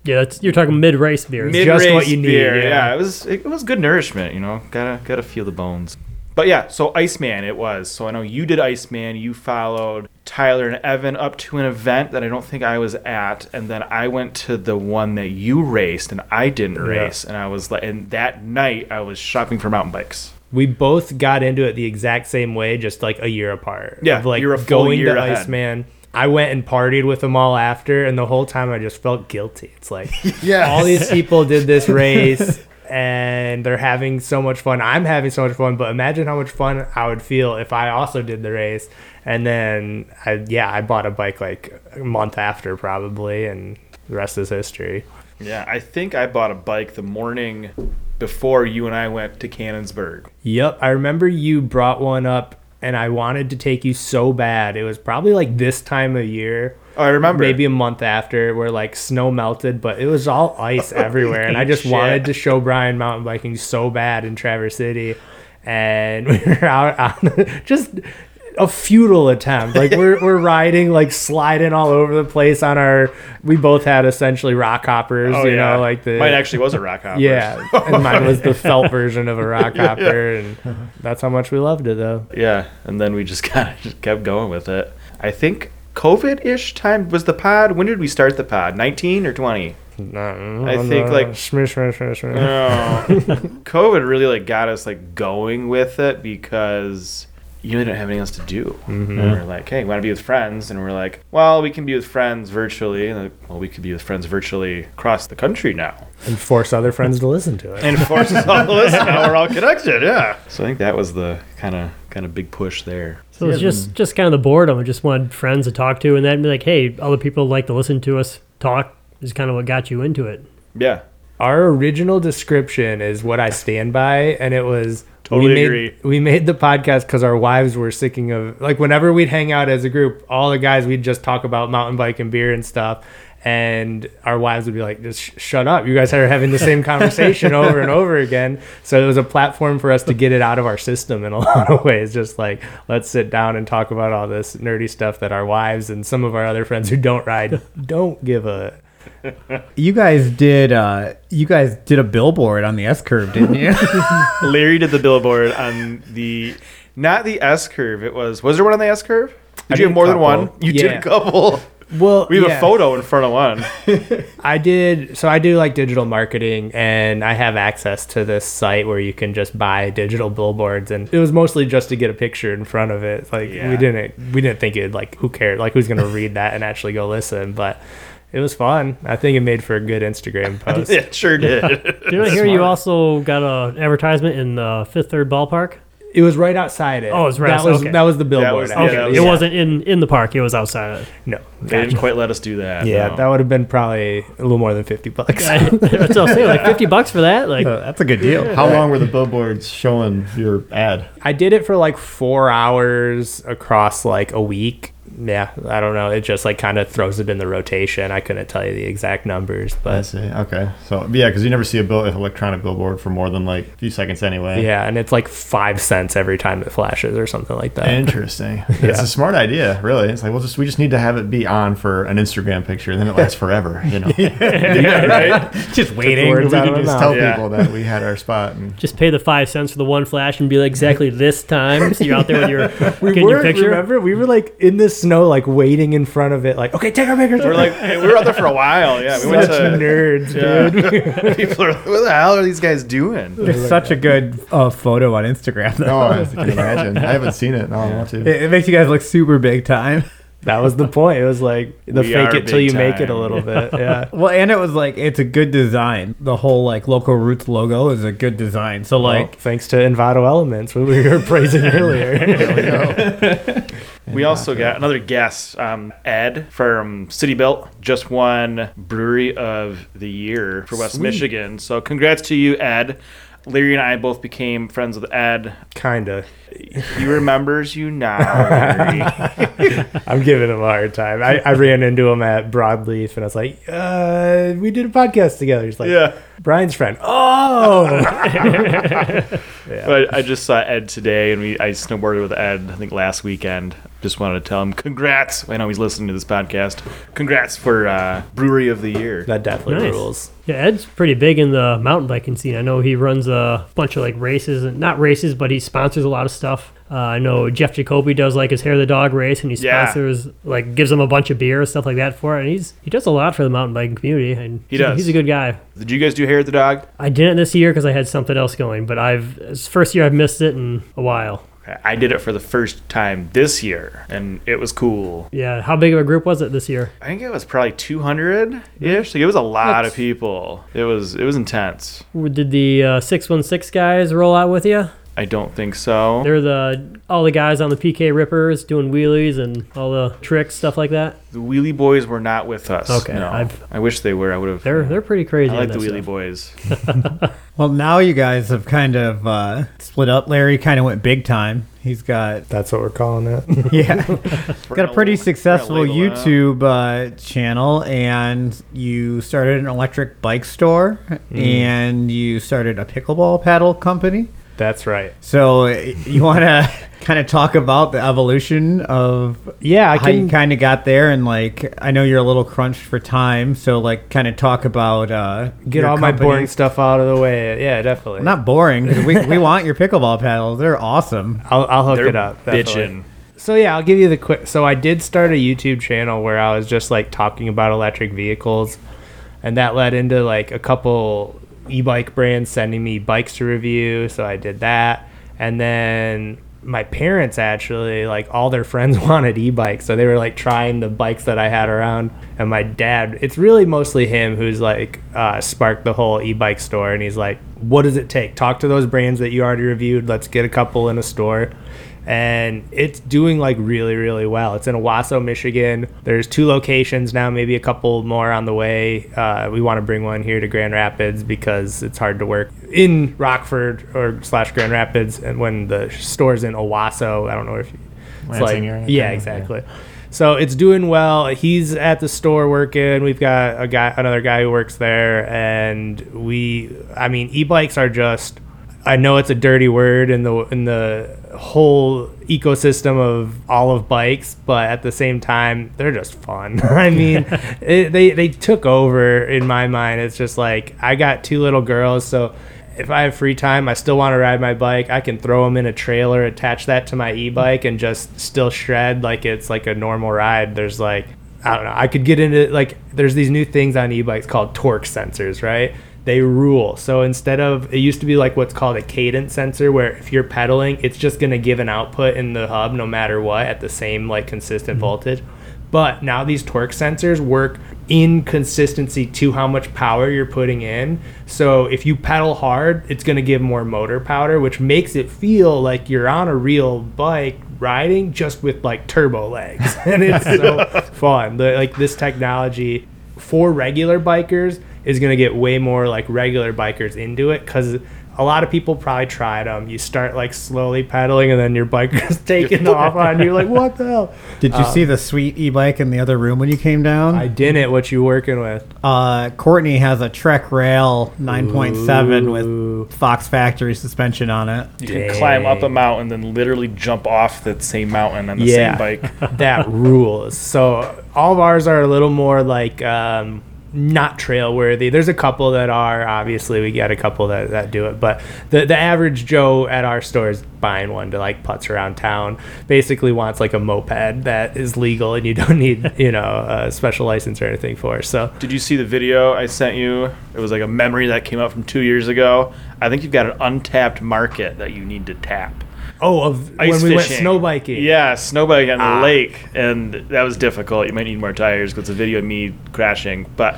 Speaker 4: Yeah, that's, you're talking mid race beers.
Speaker 5: mid-race
Speaker 6: what you need,
Speaker 5: beer,
Speaker 6: yeah.
Speaker 5: it was it was good nourishment. You know, gotta gotta feel the bones. But yeah, so Iceman it was. So I know you did Iceman. You followed Tyler and Evan up to an event that I don't think I was at, and then I went to the one that you raced and I didn't race. And I was like, and that night I was shopping for mountain bikes.
Speaker 6: We both got into it the exact same way, just like a year apart.
Speaker 5: Yeah,
Speaker 6: Of, like
Speaker 5: you're a full
Speaker 6: going
Speaker 5: year
Speaker 6: to
Speaker 5: ahead.
Speaker 6: Iceman. I went and partied with them all after, and the whole time I just felt guilty. It's
Speaker 5: [laughs]
Speaker 6: like
Speaker 3: Yes.
Speaker 6: all these people did this race, and they're having so much fun. I'm having so much fun, but imagine how much fun I would feel if I also did the race. And then, I, yeah, I bought a bike like a month after, probably, and the rest is history.
Speaker 5: Yeah, I think I bought a bike the morning before you and I went to Cannonsburg.
Speaker 6: Yep, I remember you brought one up, and I wanted to take you so bad. It was probably like this time of year,
Speaker 5: Oh, I remember.
Speaker 6: maybe a month after, where like snow melted, but it was all
Speaker 5: [laughs]
Speaker 6: ice everywhere, and I just
Speaker 5: Shit.
Speaker 6: wanted to show Brian mountain biking so bad in Traverse City, and [laughs] we were out [laughs] on just a futile attempt like we're, we're riding like sliding all over the place on our we both had essentially rock hoppers
Speaker 5: Oh,
Speaker 6: you
Speaker 5: yeah.
Speaker 6: know like the
Speaker 5: mine actually was a rock hopper.
Speaker 6: yeah, and mine was the [laughs] felt version of a rock hopper, and that's how much we loved it, though.
Speaker 5: Yeah, and then we just [laughs] kind of just kept going with it. I think COVID-ish time was the pod. When did we start the pod? 19 or 20? I think, like-
Speaker 6: smish, smish, smish, smish.
Speaker 5: No. [laughs] COVID really like got us like going with it because you really didn't have anything else to do. And we're like, hey, we want to be with friends, and we're like, well, we can be with friends virtually, and like, well, we could be with friends virtually across the country [laughs] now,
Speaker 6: and force other friends to listen to it.
Speaker 5: and of course, all of us now we're all connected. Yeah. So I think that was the kind of kind of big push there.
Speaker 4: So it's just just kind of the boredom. I just wanted friends to talk to, and then be like, hey, other people like to listen to us talk. Is kind of what got you into it.
Speaker 5: Yeah.
Speaker 6: Our original description is what I stand by, and it was
Speaker 5: Totally
Speaker 6: we made,
Speaker 5: agree.
Speaker 6: We made the podcast because our wives were sicking of like whenever we'd hang out as a group, all the guys we'd just talk about mountain bike and beer and stuff, and our wives would be like, "Just sh- shut up! You guys are having the same
Speaker 5: [laughs]
Speaker 6: conversation over and over again." So it was a platform for us to get it out of our system in a [laughs] lot of ways. Just like let's sit down and talk about all this nerdy stuff that our wives and some of our other friends who don't
Speaker 5: [laughs]
Speaker 6: ride don't give a
Speaker 2: You guys did. Uh, you guys did a billboard on the S curve, didn't
Speaker 6: [laughs]
Speaker 2: you? [laughs]
Speaker 5: Larry did the billboard on the not the S curve. It was was there one on the S curve? Did
Speaker 6: I
Speaker 5: you
Speaker 6: did
Speaker 5: have more
Speaker 6: a
Speaker 5: than one?
Speaker 6: couple.
Speaker 5: You did
Speaker 6: Yeah.
Speaker 5: a couple.
Speaker 6: well.
Speaker 5: We have a photo in front
Speaker 6: [laughs]
Speaker 5: of one.
Speaker 6: I did so I do like digital marketing and I have access to this site where you can just buy digital billboards and it was mostly just to get a picture in front of it. Like we
Speaker 5: Yeah.
Speaker 6: didn't we didn't think it like who cared like who's gonna read that and actually go listen, but it was fun. I think it made for a good Instagram post.
Speaker 5: [laughs] It sure [laughs] did.
Speaker 4: Did I hear you also got an advertisement in the Fifth Third Ballpark?
Speaker 6: It was right outside it.
Speaker 4: Oh, it was right
Speaker 6: that
Speaker 4: outside-
Speaker 6: was
Speaker 4: okay.
Speaker 6: that was the billboard.
Speaker 5: was-
Speaker 6: I
Speaker 5: yeah,
Speaker 4: Okay,
Speaker 5: that
Speaker 6: think.
Speaker 5: was-
Speaker 4: it wasn't in in the park; it was outside. of
Speaker 6: no.
Speaker 5: They didn't quite let us do that.
Speaker 6: Yeah,
Speaker 5: no. [laughs]
Speaker 6: that would have been probably a little more than fifty bucks.
Speaker 4: it. [laughs] That's what I was saying, like fifty bucks for that. Like,
Speaker 2: That's a good deal.
Speaker 3: How long were the billboards showing your ad?
Speaker 6: I did it for like four hours across like a week. Yeah, I don't know. It just like kind of throws it in the rotation. I couldn't tell you the exact numbers,
Speaker 3: I
Speaker 6: but
Speaker 3: see. Okay. So yeah, because you never see a bill, an electronic billboard for more than like a few seconds anyway.
Speaker 6: yeah, and it's like five cents every time it flashes or something like that.
Speaker 3: Interesting. It's a smart idea, really. It's like, well, just we just need to have it be on for an Instagram picture, and then it lasts forever. You know,
Speaker 2: Just
Speaker 6: waiting.
Speaker 3: we
Speaker 6: Words out
Speaker 3: can
Speaker 6: of my
Speaker 3: just
Speaker 6: mouth.
Speaker 3: tell
Speaker 5: Yeah.
Speaker 3: people that we had our spot. And [laughs]
Speaker 4: just pay the five cents for the one flash and be like [laughs] exactly this time. So you're out there with your
Speaker 6: We
Speaker 4: getting
Speaker 6: were
Speaker 4: your picture.
Speaker 6: remember we were like in the snow, like waiting in front of it, like okay, take our pictures. [laughs]
Speaker 5: We're like hey, we were out there for a while. Yeah, we went
Speaker 6: such
Speaker 5: to.
Speaker 6: nerds,
Speaker 5: Yeah.
Speaker 6: dude.
Speaker 5: [laughs] People are like, what the hell are these guys doing?
Speaker 2: It's such a good uh, photo on Instagram. Though.
Speaker 3: oh, I can imagine. I haven't seen it. No, I want to.
Speaker 2: It, it makes you guys look super big time.
Speaker 6: That was the point. It was like the
Speaker 5: We
Speaker 6: fake
Speaker 5: are
Speaker 6: it till
Speaker 5: big
Speaker 6: you make it a
Speaker 5: time.
Speaker 6: little bit. Yeah.
Speaker 2: Well, and it was like it's a good design. The whole like local roots logo is a good design. So
Speaker 6: Well,
Speaker 2: like
Speaker 6: thanks to Envato Elements, who we were praising earlier. [laughs]
Speaker 5: We also got another guest, um, Ed from City Belt, just won Brewery of the Year for West Michigan. So congrats to you, Ed. Larry and I both became friends with Ed.
Speaker 6: Kinda.
Speaker 5: He remembers you [laughs] now. Larry.
Speaker 6: I'm giving him a hard time. I, I ran into him at Broadleaf and I was like, uh, we did a podcast together. He's like,
Speaker 5: yeah.
Speaker 6: Brian's friend. Oh,
Speaker 5: But I just saw Ed today, and we I snowboarded with Ed. I think last weekend. Just wanted to tell him congrats. I know he's listening to this podcast. Congrats for uh, Brewery of the Year.
Speaker 6: that definitely
Speaker 4: Nice.
Speaker 6: rules.
Speaker 4: Yeah, Ed's pretty big in the mountain biking scene. I know he runs a bunch of like races, and not races, but he sponsors a lot of stuff. Uh, I know Jeff Jacoby does like his hair of the dog race, and he
Speaker 5: Yeah.
Speaker 4: sponsors like gives him a bunch of beer and stuff like that for it. And he's he does a lot for the mountain biking community, and
Speaker 5: He does.
Speaker 4: He's a good guy.
Speaker 5: Did you guys do hair at the dog?
Speaker 4: I didn't this year because I had something else going, but I've it's the first year I've missed it in a while.
Speaker 5: I did it for the first time this year, and it was cool.
Speaker 4: Yeah, how big of a group was it this year?
Speaker 5: I think it was probably 200 ish. Like it was a lot of people. It was it was intense.
Speaker 4: Did the uh, six one six guys roll out with you?
Speaker 5: I don't think so.
Speaker 4: They're the all the guys on the PK rippers doing wheelies and all the tricks stuff like that.
Speaker 5: the wheelie boys were not with us.
Speaker 4: Okay,
Speaker 5: no.
Speaker 4: I've-
Speaker 5: I wish they were. I would have.
Speaker 4: They're they're pretty crazy.
Speaker 5: I
Speaker 4: in
Speaker 5: like the
Speaker 4: that
Speaker 5: wheelie
Speaker 4: stuff.
Speaker 5: boys.
Speaker 2: well now you guys have kind of uh, split up. Larry kind of went big time. He's got [laughs]
Speaker 6: That's what we're calling it.
Speaker 2: yeah, got a
Speaker 5: We're gonna-
Speaker 2: pretty
Speaker 5: we're gonna
Speaker 2: successful
Speaker 5: label it out.
Speaker 2: YouTube uh, channel, and you started an electric bike store,
Speaker 6: Mm.
Speaker 2: and you started a pickleball paddle company.
Speaker 6: That's right.
Speaker 2: So uh, you want [laughs] to kind of talk about the evolution of
Speaker 6: Yeah, I
Speaker 2: how you
Speaker 6: can.
Speaker 2: kind of got there, and like I know you're a little crunched for time, so like kind of talk about uh,
Speaker 6: Get
Speaker 2: your
Speaker 6: all my
Speaker 2: company.
Speaker 6: boring stuff out of the way. Yeah, definitely.
Speaker 2: Not boring. 'cause we,
Speaker 6: [laughs]
Speaker 2: we want your pickleball paddles. They're awesome.
Speaker 6: I'll, I'll hook
Speaker 5: They're
Speaker 6: it up. definitely.
Speaker 5: bitching.
Speaker 6: So yeah, I'll give you the quick. So I did start a YouTube channel where I was just like talking about electric vehicles, and that led into like a couple e-bike brands sending me bikes to review. So I did that, and then my parents actually like all their friends [laughs] wanted e-bikes, so they were like trying the bikes that I had around. And my dad, it's really mostly him who's like uh, sparked the whole e-bike store, and he's like, "What does it take? Talk to those brands that you already reviewed. Let's get a couple in a store." and it's doing like really really well. It's in Owasso, Michigan. There's two locations now, maybe a couple more on the way. Uh, we want to bring one here to Grand Rapids because it's hard to work in Rockford or slash Grand Rapids, and when the store's in Owasso, I don't know if you, it's
Speaker 7: Lansing
Speaker 6: like
Speaker 7: area,
Speaker 6: yeah
Speaker 7: kinda,
Speaker 6: exactly. So it's doing well. He's at the store working. We've got a guy, another guy who works there, and we. I mean, e-bikes are just. I know it's a dirty word in the in the whole ecosystem of all of bikes, but at the same time, they're just fun. [laughs] I mean, it, they they took over in my mind. It's just like I got two little girls, so if I have free time, I still want to ride my bike. I can throw them in a trailer, attach that to my e-bike, and just still shred like it's like a normal ride. There's like I don't know. I could get into like there's these new things on e-bikes called torque sensors, right? They rule. So instead of it used to be like what's called a cadence sensor, where if you're pedaling, it's just gonna give an output in the hub no matter what at the same like consistent voltage. But now these torque sensors work in consistency to how much power you're putting in. So if you pedal hard, it's going to give more motor power, which makes it feel like you're on a real bike riding just with like turbo legs. [laughs] And it's so fun. The, like this technology for regular bikers is going to get way more like regular bikers into it because a lot of people probably tried them. You start like slowly pedaling and then your bike is [laughs] taking off on you. Like, [laughs] what the hell? Uh,
Speaker 2: Did you see the sweet e-bike in the other room when you came down?
Speaker 6: I didn't. What you working with?
Speaker 2: Uh, Courtney has a Trek Rail 9.7 with Fox Factory suspension on it.
Speaker 5: You can climb up a mountain, then literally jump off that same mountain on the
Speaker 6: Yeah. [laughs]
Speaker 5: same bike.
Speaker 6: that rules. So all of ours are a little more like um, not trail worthy. There's a couple that are obviously we got a couple that, that do it, but the the average Joe at our store is buying one to like putz around town. Basically wants like a moped that is legal and you don't [laughs] need you know a special license or anything for. So
Speaker 5: Did you see the video I sent you? It was like a memory that came up from two years ago. I think you've got an untapped market that you need to tap.
Speaker 6: oh, of
Speaker 5: Ice
Speaker 6: when we went
Speaker 5: fishing.
Speaker 6: snow biking, Ah.
Speaker 5: Yeah, snow biking on the lake, and that was difficult. You might need more tires because it's a video of me crashing.
Speaker 6: [laughs]
Speaker 5: But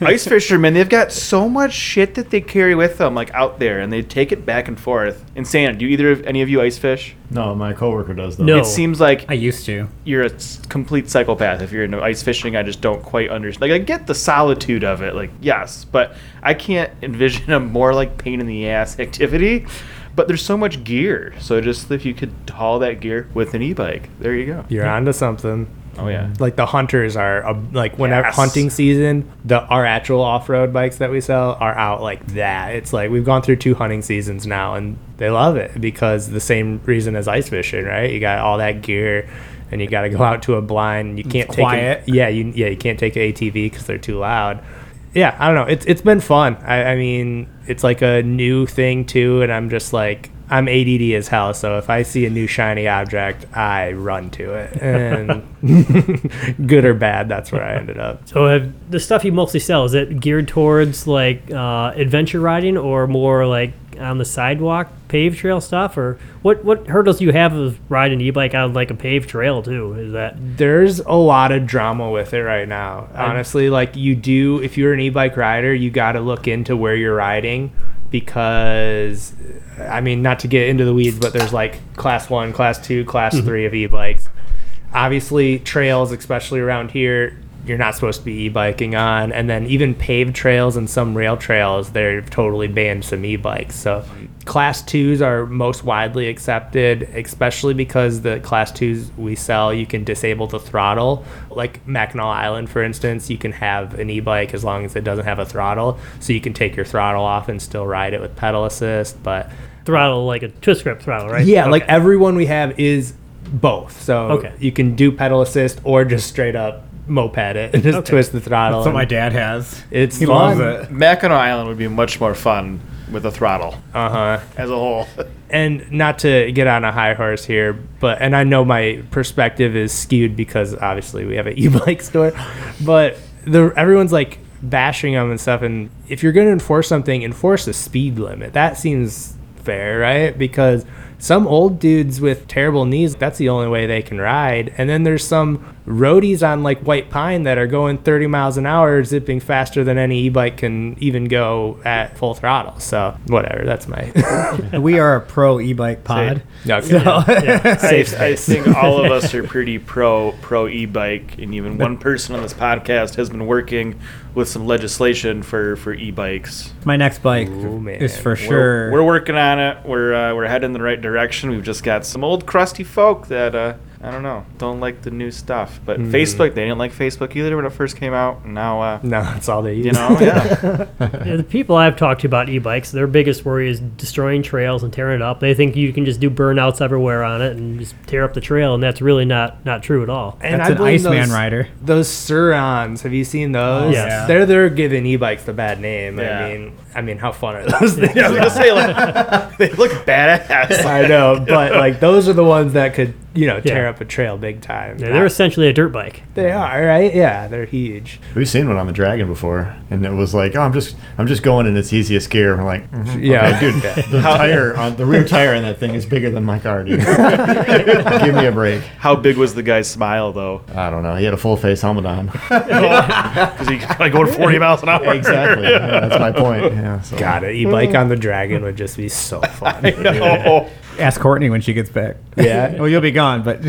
Speaker 5: ice fishermen, they've got so much shit that they carry with them, like out there, and they take it back and forth. Insane. Do either of any of you ice fish?
Speaker 3: No, my coworker does though.
Speaker 4: No.
Speaker 5: It seems like
Speaker 2: I used to.
Speaker 5: you're a s- complete psychopath if you're into ice fishing. I just don't quite understand. Like I get the solitude of it, like yes, but I can't envision a more like pain in the ass activity. But there's so much gear, so just if you could haul that gear with an e-bike, there you go.
Speaker 6: you're onto something.
Speaker 5: Oh yeah,
Speaker 6: like the hunters are uh, like whenever
Speaker 5: Yes.
Speaker 6: hunting season the our actual off-road bikes that we sell are out like that it's like we've gone through two hunting seasons now and they love it because the same reason as ice fishing right you got all that gear and you got to go out to a blind and you can't take
Speaker 2: quiet.
Speaker 6: A, yeah you yeah you can't take an atv because they're too loud yeah i don't know it's it's been fun I, I mean it's like a new thing too and i'm just like I'm ADD as hell, so if I see a new shiny object, I run to it. And [laughs] good or bad, that's where I ended up.
Speaker 4: So have, the stuff you mostly sell is it geared towards like uh, adventure riding or more like on the sidewalk paved trail stuff or what what hurdles do you have of riding an e-bike on like a paved trail too is that
Speaker 6: There's a lot of drama with it right now. Honestly, like you do, if you're an e bike rider, you got to look into where you're riding because, I mean, not to get into the weeds, but there's like class one, class two, class three of e bikes. obviously trails especially around here you're not supposed to be e-biking on and then even paved trails and some rail trails they've totally banned some e-bikes so class twos are most widely accepted especially because the class twos we sell you can disable the throttle like mackinac island for instance you can have an e-bike as long as it doesn't have a throttle so you can take your throttle off and still ride it with pedal assist but
Speaker 4: throttle like a twist grip throttle
Speaker 6: [laughs]
Speaker 4: right
Speaker 6: yeah,
Speaker 4: Okay.
Speaker 6: like everyone we have is both. So
Speaker 4: Okay.
Speaker 6: you can do pedal assist or just straight up moped it and just
Speaker 4: Okay.
Speaker 6: twist the throttle.
Speaker 2: That's what
Speaker 6: and
Speaker 2: my dad has.
Speaker 6: it's
Speaker 2: He loves it.
Speaker 5: Mackinac Island would be much more fun with a throttle
Speaker 6: Uh huh.
Speaker 5: as a whole. [laughs]
Speaker 6: and not to get on a high horse here, but and I know my perspective is skewed because obviously we have an [laughs] e-bike store, but the everyone's like bashing them and stuff. And if you're going to enforce something, enforce the speed limit. That seems fair, right? Because some old dudes with terrible knees, that's the only way they can ride. And then there's some roadies on like White Pine that are going 30 miles an hour, zipping faster than any e-bike can even go at full throttle. So whatever, that's my
Speaker 2: We are a pro e-bike pod.
Speaker 6: [laughs] Okay.
Speaker 5: I, I think all of us are pretty pro pro e-bike, and even one person on this podcast has been working with some legislation for for e-bikes.
Speaker 2: My next bike
Speaker 6: Ooh, man.
Speaker 2: is for
Speaker 6: We're-
Speaker 2: sure.
Speaker 5: We're working on it. We're uh, we're heading in the right direction. We've just got some old crusty folk that uh, I don't know don't like the new stuff. But Facebook, they didn't like Facebook either when it first came out. And now, uh,
Speaker 6: No, [laughs] that's all they use.
Speaker 5: you know, yeah,
Speaker 4: Yeah, the people I've talked to about e-bikes, their biggest worry is destroying trails and tearing it up. They think you can just do burnouts everywhere on it and just tear up the trail, and that's really not not true at all.
Speaker 6: And
Speaker 2: That's
Speaker 6: I
Speaker 2: an
Speaker 6: blame
Speaker 2: Iceman
Speaker 6: those-
Speaker 2: rider.
Speaker 6: Those Surons, have you seen those?
Speaker 4: Yes. Yeah.
Speaker 6: They're they're giving e-bikes the bad name.
Speaker 5: Yeah.
Speaker 6: I mean, I mean, how fun are those things? [laughs]
Speaker 5: I was gonna say like they look badass.
Speaker 6: I know, but like those are the ones that could, you know, tear
Speaker 4: Yeah.
Speaker 6: up a trail big time.
Speaker 4: Yeah, they're essentially a dirt bike.
Speaker 6: They are, right? Yeah, they're huge.
Speaker 3: We've seen one on the Dragon before, and it was like, oh, I'm just, I'm just going in its easiest gear. We're like, mhm.
Speaker 6: Mm-hmm. Yeah,
Speaker 3: dude, the
Speaker 6: [laughs]
Speaker 3: tire on the rear tire on that thing is bigger than my car, dude. Give me a break.
Speaker 5: How big was the guy's smile though? [laughs]
Speaker 3: I don't know. He had a full face
Speaker 6: [laughs]
Speaker 3: helmet on.
Speaker 5: Because he like going 40 miles an hour.
Speaker 3: exactly. Yeah, that's my point. Yeah, so.
Speaker 6: God, an e-bike on the Dragon would just be so fun.
Speaker 5: [laughs] No.
Speaker 2: Ask Courtney when she gets back.
Speaker 6: Yeah.
Speaker 2: [laughs] well, you'll be gone, but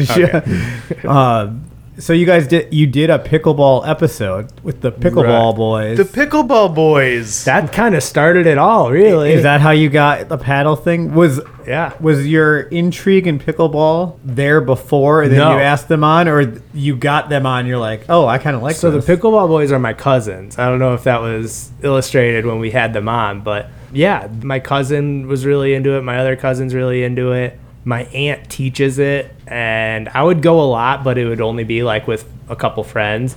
Speaker 2: Uh, so you guys did you did a pickleball episode with the pickleball
Speaker 6: Right.
Speaker 2: boys.
Speaker 5: The pickleball boys.
Speaker 6: that kind of started it all, really.
Speaker 2: Is that how you got the paddle thing? Was
Speaker 6: yeah.
Speaker 2: was your intrigue in pickleball there before and then
Speaker 6: No.
Speaker 2: you asked them on or you got them on you're like, "Oh, I kind of like
Speaker 6: So the
Speaker 2: this.
Speaker 6: pickleball boys are my cousins. I don't know if that was illustrated when we had them on, but yeah, my cousin was really into it. My other cousin's really into it. My aunt teaches it, and I would go a lot, but it would only be like with a couple friends.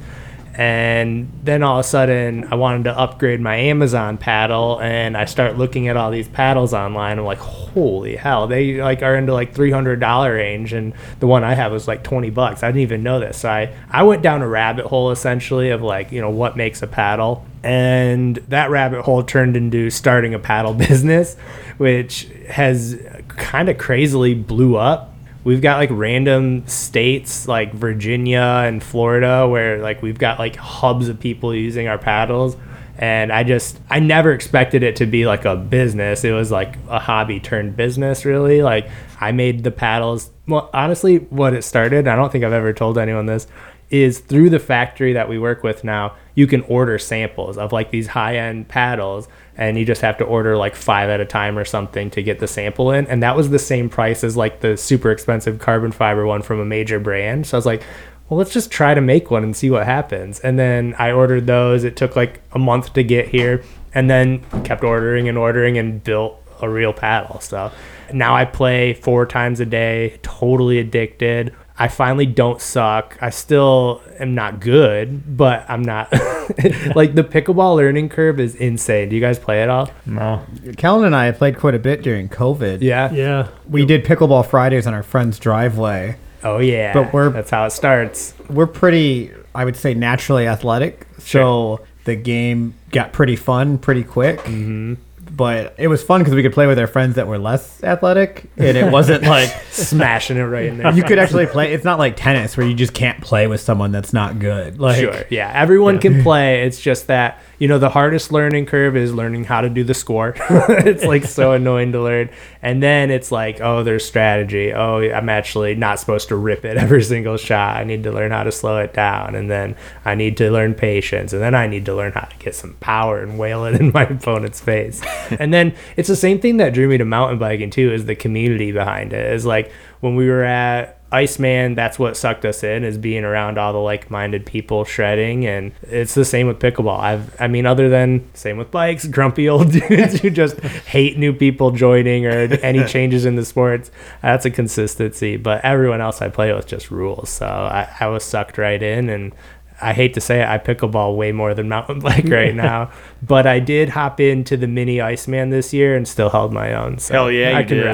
Speaker 6: And then all of a sudden, I wanted to upgrade my Amazon paddle, and I start looking at all these paddles online. I'm like, holy hell, they like are into like three hundred dollar range, and the one I have was like twenty bucks. I didn't even know this. So I I went down a rabbit hole essentially of like you know what makes a paddle, and that rabbit hole turned into starting a paddle [laughs] business, which has kind of crazily blew up we've got like random states like Virginia and Florida where like we've got like hubs of people using our paddles. And I just, I never expected it to be like a business. It was like a hobby turned business, really. Like I made the paddles. Well, honestly, what it started, I don't think I've ever told anyone this, is through the factory that we work with now, you can order samples of like these high end paddles and you just have to order like five at a time or something to get the sample in. And that was the same price as like the super expensive carbon fiber one from a major brand. So I was like, well, let's just try to make one and see what happens. And then I ordered those. It took like a month to get here and then kept ordering and ordering and built a real paddle. So now I play four times a day, totally addicted. I finally don't suck. I still am not good, but I'm not [laughs] like the pickleball learning curve is insane. Do you guys play at all?
Speaker 3: No.
Speaker 2: Kellen and I played quite a bit during COVID.
Speaker 6: Yeah.
Speaker 4: Yeah,
Speaker 2: We did pickleball Fridays on our friend's driveway.
Speaker 6: Oh yeah.
Speaker 2: But we're-
Speaker 6: that's how it starts.
Speaker 2: we're pretty i would say naturally athletic so the game got pretty fun pretty quick mm-hmm. but it was fun because we could play with our friends that were less athletic and it wasn't like
Speaker 6: [laughs] Smashing it right in there.
Speaker 2: you could actually play it's not like tennis where you just can't play with someone that's not good like
Speaker 6: sure. Yeah. Everyone can play. It's just that, you know, the hardest learning curve is learning how to do the score. [laughs] it's like so annoying to learn. And then it's like, oh, there's strategy. Oh, I'm actually not supposed to rip it [laughs] every single shot. I need to learn how to slow it down. And then I need to learn patience. And then I need to learn how to get some power and whale it [laughs] in my opponent's face. and then it's the same thing that drew me to mountain biking too, is the community behind it. Is like when we were at Iceman, that's what sucked us in is being around all the like-minded people shredding, and it's the same with pickleball. I've, I mean, other than same with bikes, [laughs] grumpy old dudes who
Speaker 5: [laughs]
Speaker 6: just hate new people joining or any changes in the sports. That's a consistency, but everyone else I play with just rules. So I, I was sucked right in, and I hate to say it, I pickleball way more than mountain [laughs] bike
Speaker 5: [laughs]
Speaker 6: right now. But I did hop into the mini Iceman this year and still held my own. So
Speaker 5: Hell yeah,
Speaker 6: I
Speaker 5: you
Speaker 6: can
Speaker 5: did.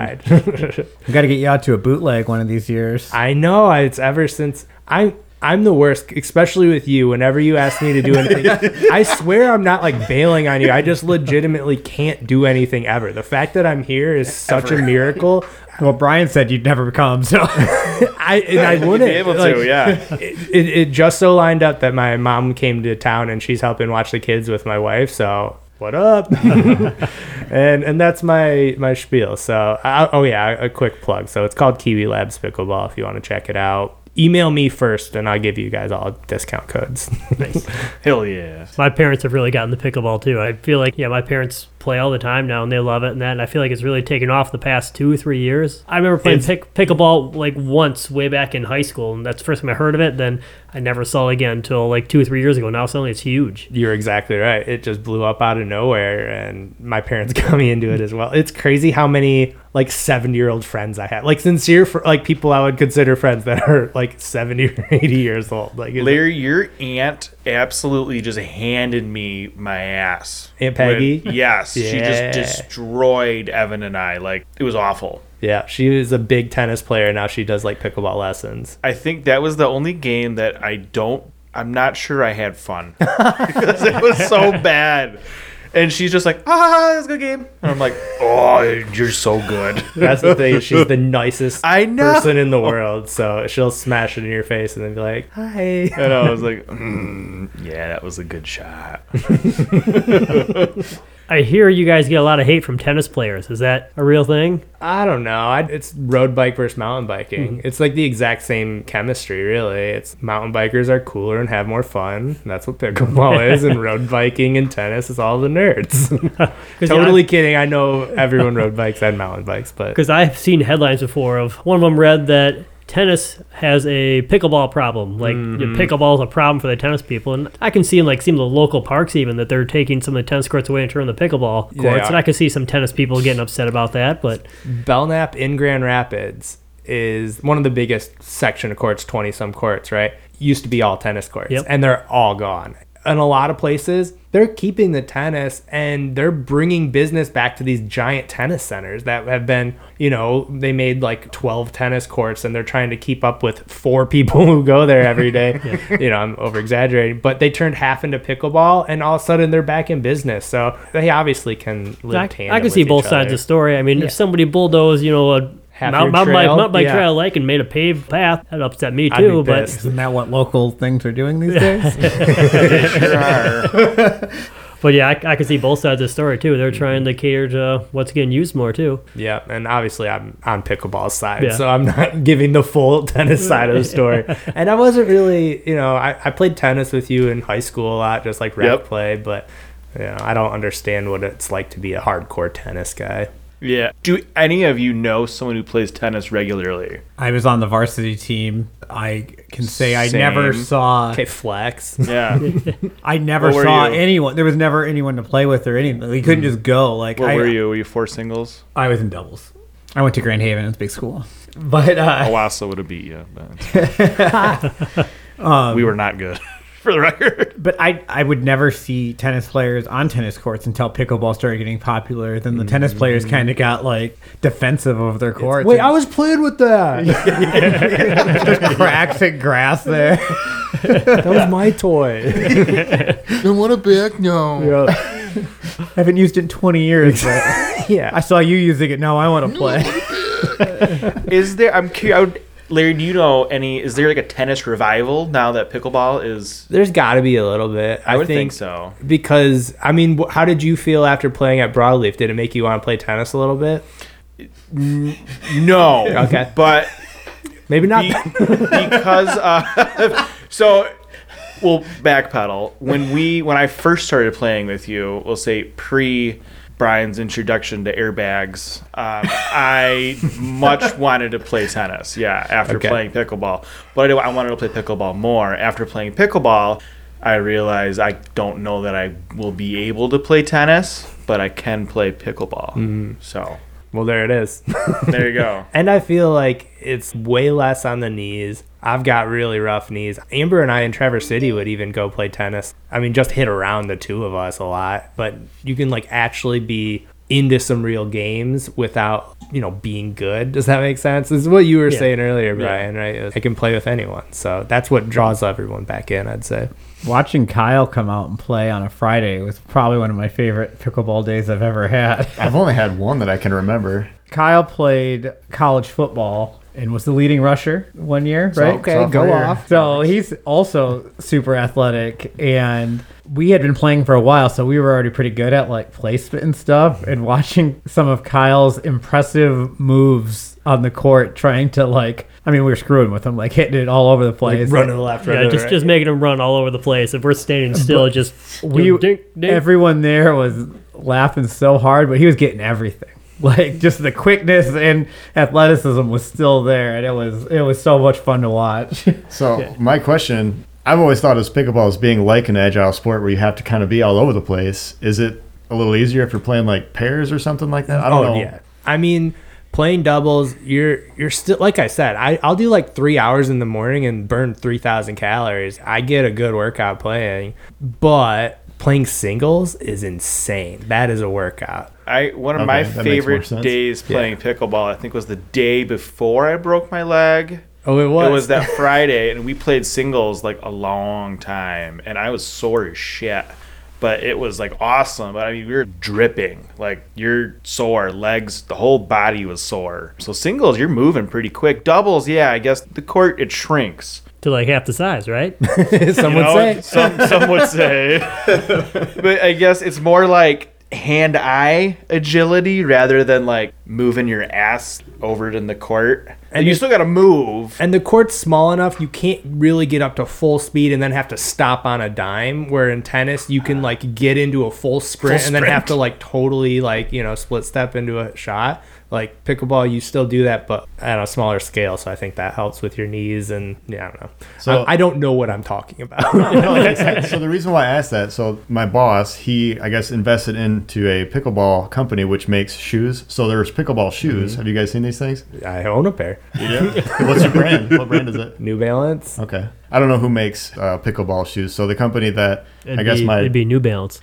Speaker 6: ride.
Speaker 5: [laughs]
Speaker 2: we got to get you out to a bootleg one of these years
Speaker 6: I know. It's ever since I I'm the worst, especially with you. Whenever you ask me to do
Speaker 5: [laughs]
Speaker 6: anything, I swear I'm not like bailing on you. I just legitimately can't do anything ever. The fact that I'm here is such a miracle.
Speaker 2: Well, Brian said you'd never come,
Speaker 5: [laughs]
Speaker 2: so
Speaker 6: I and I wouldn't
Speaker 5: be able
Speaker 6: like,
Speaker 5: to, [laughs] yeah.
Speaker 6: It, [laughs] it, it just so lined up that my mom came to town and she's helping watch the kids with my wife. So what up? [laughs] and and that's my my spiel. So I, oh yeah, a quick plug. So it's called Kiwi Labs Pickleball. If you want to check it out, email me first, and I'll give you guys all discount codes. [laughs]
Speaker 5: Hell yeah.
Speaker 4: My parents have really gotten the pickleball too. I feel like yeah, my parents play all the time now and they love it and that. And I feel like it's really taken off the past two three years. I remember playing pick, pickleball like once way back in high school, and that's the first time I heard of it. Then I never saw it again until like two or three years ago. Now suddenly it's huge.
Speaker 6: You're exactly right. It just blew up out of nowhere, and my parents [laughs] got me into it as well. It's crazy how many like seventy year old friends I have, like sincere, fr- like people I would consider friends that are like seventy or eighty years old. Like it's-
Speaker 5: Larry, your aunt absolutely just handed me my ass.
Speaker 6: Aunt Peggy?
Speaker 5: When- yes. She
Speaker 6: Yeah.
Speaker 5: just destroyed Evan and I. Like, it was awful.
Speaker 6: yeah, she is a big tennis player now. She does like pickleball lessons.
Speaker 5: I think that was the only game that I don't. I'm not sure I had [laughs] fun 'Cause it was so bad. And she's just like, ah, it's a good game. And I'm like, oh, you're so [laughs] good.
Speaker 6: That's the thing. She's
Speaker 5: [laughs]
Speaker 6: the nicest
Speaker 5: I know.
Speaker 6: person in the world. So she'll smash it in your face and then be like, "Hi."
Speaker 5: And I was like, mm, yeah, that was a good shot.
Speaker 4: I hear you guys get a lot of hate from tennis players. Is that a real thing?
Speaker 6: I don't know. I, it's road bike versus mountain biking.
Speaker 5: Mm-hmm.
Speaker 6: It's like the exact same chemistry, really. It's mountain bikers are cooler and have more fun. That's what
Speaker 5: [laughs]
Speaker 6: pickleball is, and road biking and tennis is all the nerds. totally kidding. I know everyone road bikes and mountain bikes,
Speaker 5: [laughs]
Speaker 6: but
Speaker 4: Because I've seen headlines before of one of them read that tennis has a pickleball problem. Like you
Speaker 6: Mm-hmm.
Speaker 4: know, pickleball is a problem for the tennis people, and I can see in like some of the local parks even that they're taking some of the tennis courts away and turning the pickleball
Speaker 6: They
Speaker 4: courts. And
Speaker 6: are.
Speaker 4: I can see some tennis people getting upset about that. But
Speaker 6: Belknap in Grand Rapids is one of the biggest section of courts, 20 some courts, right? Used to be all tennis courts,
Speaker 4: Yep.
Speaker 6: and they're all gone. In a lot of places, they're keeping the tennis and they're bringing business back to these giant tennis centers that have been, you know, they made like 12 tennis courts and they're trying to keep up with four [laughs] people who go there every
Speaker 4: [laughs]
Speaker 6: day. You know, I'm over exaggerating, but they turned half into pickleball and all of a sudden they're back in business. So they obviously can live
Speaker 4: I,
Speaker 6: tandem
Speaker 4: I can see
Speaker 6: with
Speaker 4: both
Speaker 6: each
Speaker 4: sides of
Speaker 6: other.
Speaker 4: the story. I mean, if somebody bulldozed, you know, a
Speaker 6: Half your
Speaker 4: mount, mountain bike,
Speaker 6: trail?
Speaker 4: mountain bike
Speaker 6: Yeah.
Speaker 4: trail like and made a paved path, that'd upset me
Speaker 6: I'd be
Speaker 4: too. But
Speaker 6: pissed.
Speaker 2: isn't that what local things are doing these days?
Speaker 5: [laughs] Sure are.
Speaker 4: but yeah, I, I can see both sides of the story too. They're trying to cater to what's getting used more too.
Speaker 6: Yeah, and obviously I'm on pickleball's side,
Speaker 4: Yeah.
Speaker 6: so I'm not [laughs] giving the full tennis side of the [laughs] story. And I wasn't really, you know, I, I played tennis with you in high school a lot, just like rec
Speaker 5: Yep.
Speaker 6: play, but you know, I don't understand what it's like to be a hardcore tennis guy.
Speaker 5: Yeah. Do any of you know someone who plays tennis regularly?
Speaker 2: I was on the varsity team. I can say I
Speaker 5: Same.
Speaker 2: never saw
Speaker 6: Okay, [laughs] flex.
Speaker 5: [laughs] Yeah.
Speaker 2: I never
Speaker 5: What were
Speaker 2: saw
Speaker 5: you? Hmm.
Speaker 2: anyone. There was never anyone to play with or anything. You couldn't just go. Like
Speaker 5: What
Speaker 2: I,
Speaker 5: were you? Were you four singles?
Speaker 2: I was in doubles. I went to Grand Haven. It's a big school, but uh,
Speaker 5: Owasso would have beat you. But [laughs] we were not good, [laughs] for the record.
Speaker 2: but I I would never see tennis players on tennis courts until pickleball started getting popular. Then the tennis players kind of got like defensive of their courts. and [laughs]
Speaker 6: was playing with [laughs] that.
Speaker 2: there's cracks in grass there.
Speaker 6: That was my toy.
Speaker 3: Don't want it back? No.
Speaker 6: yeah.
Speaker 2: I [laughs] haven't used it in 20 years. but [laughs] I
Speaker 6: yeah.
Speaker 2: saw you using it. Now I want to [laughs] play.
Speaker 5: Is there? I'm curious. Larry, do you know any? Is there like a tennis revival now that pickleball is?
Speaker 6: [laughs] There's got to be a little bit.
Speaker 5: I would think so.
Speaker 6: Because I mean, wh- how did you feel after playing at Broadleaf? Did it make you want to play tennis a little bit?
Speaker 5: [laughs] No.
Speaker 6: Okay.
Speaker 5: But
Speaker 6: Maybe not.
Speaker 5: be- because uh, so we'll backpedal when we when I first started playing with you. We'll say pre Brian's introduction to airbags. Um, I
Speaker 6: [laughs]
Speaker 5: much wanted to play tennis. Yeah, after
Speaker 6: Okay.
Speaker 5: playing pickleball, but I, I wanted to play pickleball more after playing pickleball. I realized I don't know that I will be able to play tennis, but I can play pickleball.
Speaker 6: Mm-hmm.
Speaker 5: So
Speaker 6: [laughs] well, there it is. [laughs]
Speaker 5: there you go.
Speaker 6: And I feel like it's way less on the knees. I've got really rough knees. Amber and I in Traverse City would even go play tennis. I mean, just hit around the two of us a lot, but you can like actually be into some real games without you know being good. Does that make sense? This is what you were
Speaker 4: Yeah.
Speaker 6: saying earlier,
Speaker 4: Yeah.
Speaker 6: Brian. Right? I can play with anyone, so that's what draws everyone back in. I'd say.
Speaker 2: Watching Kyle come out and play on a Friday was probably one of my favorite pickleball days I've ever had.
Speaker 3: I've only had one that I can remember.
Speaker 2: Kyle played college football and was the leading rusher one year,
Speaker 3: So-
Speaker 2: right?
Speaker 3: sophomore year.
Speaker 2: So he's also super athletic, and we had been playing for a while, so we were already pretty good at like placement and stuff. And watching some of Kyle's impressive moves on the court, trying to like, I mean, we were screwing with him, like hitting it all over the place.
Speaker 6: Run to the left, run
Speaker 4: Yeah,
Speaker 6: to the
Speaker 4: just
Speaker 6: right.
Speaker 4: just making them run all over the place. If we're standing still, just
Speaker 2: we
Speaker 4: dink, dink.
Speaker 2: everyone there was laughing so hard, but he was getting everything. [laughs] Like just the quickness and athleticism was still there, and it was it was so much fun to watch. [laughs]
Speaker 3: So my question, I've always thought of pickleball as being like an agile sport where you have to kind of be all over the place. Is it a little easier if you're playing like pairs or something like that? I don't
Speaker 6: Oh,
Speaker 3: know.
Speaker 6: I mean, playing doubles, you're you're still like I said, I, I'll do like three hours in the morning and burn three thousand calories. I get a good workout playing, but playing singles is insane. That is a workout.
Speaker 5: I one of
Speaker 3: Okay,
Speaker 5: my
Speaker 3: that makes more
Speaker 5: favorite
Speaker 3: sense.
Speaker 5: days playing pickleball, I think, was the day before I broke my leg.
Speaker 6: Oh, it was.
Speaker 5: It was that Friday, and we played singles like a long time, and I was sore as shit. But it was like awesome. But I mean, we were dripping. Like you're sore, legs, the whole body was sore. So singles, you're moving pretty quick. Doubles, yeah, I guess the court it shrinks.
Speaker 4: to like half the size, right?
Speaker 6: Some
Speaker 5: [laughs] You
Speaker 6: would
Speaker 5: know,
Speaker 6: say.
Speaker 5: Some
Speaker 6: [laughs]
Speaker 5: some would say, but I guess it's more like hand-eye agility rather than like moving your ass over it in the court. And you
Speaker 6: it-
Speaker 5: still got to move.
Speaker 6: And the court's small enough you can't really get up to full speed and then have to stop on a dime. Where in tennis you can like get into a full sprint,
Speaker 5: Full
Speaker 6: and then have
Speaker 5: sprint.
Speaker 6: to like totally like you know split step into a shot. Like pickleball, you still do that, but at a smaller scale. So I think that helps with your knees and yeah, I don't know.
Speaker 3: So-
Speaker 6: So I, I don't know what I'm talking about. [laughs]
Speaker 3: No, it makes sense. so the reason why I asked that, so my boss, he I guess invested into a pickleball company which makes shoes. So there's pickleball shoes. Have you guys seen these things?
Speaker 6: I own a pair.
Speaker 3: Yeah. [laughs] What's your brand? What brand is it?
Speaker 6: New Balance.
Speaker 3: Okay. I don't know who makes uh, pickleball shoes. So the company that I
Speaker 4: It'd
Speaker 3: guess
Speaker 4: be,
Speaker 3: my
Speaker 4: it'd be New Balance.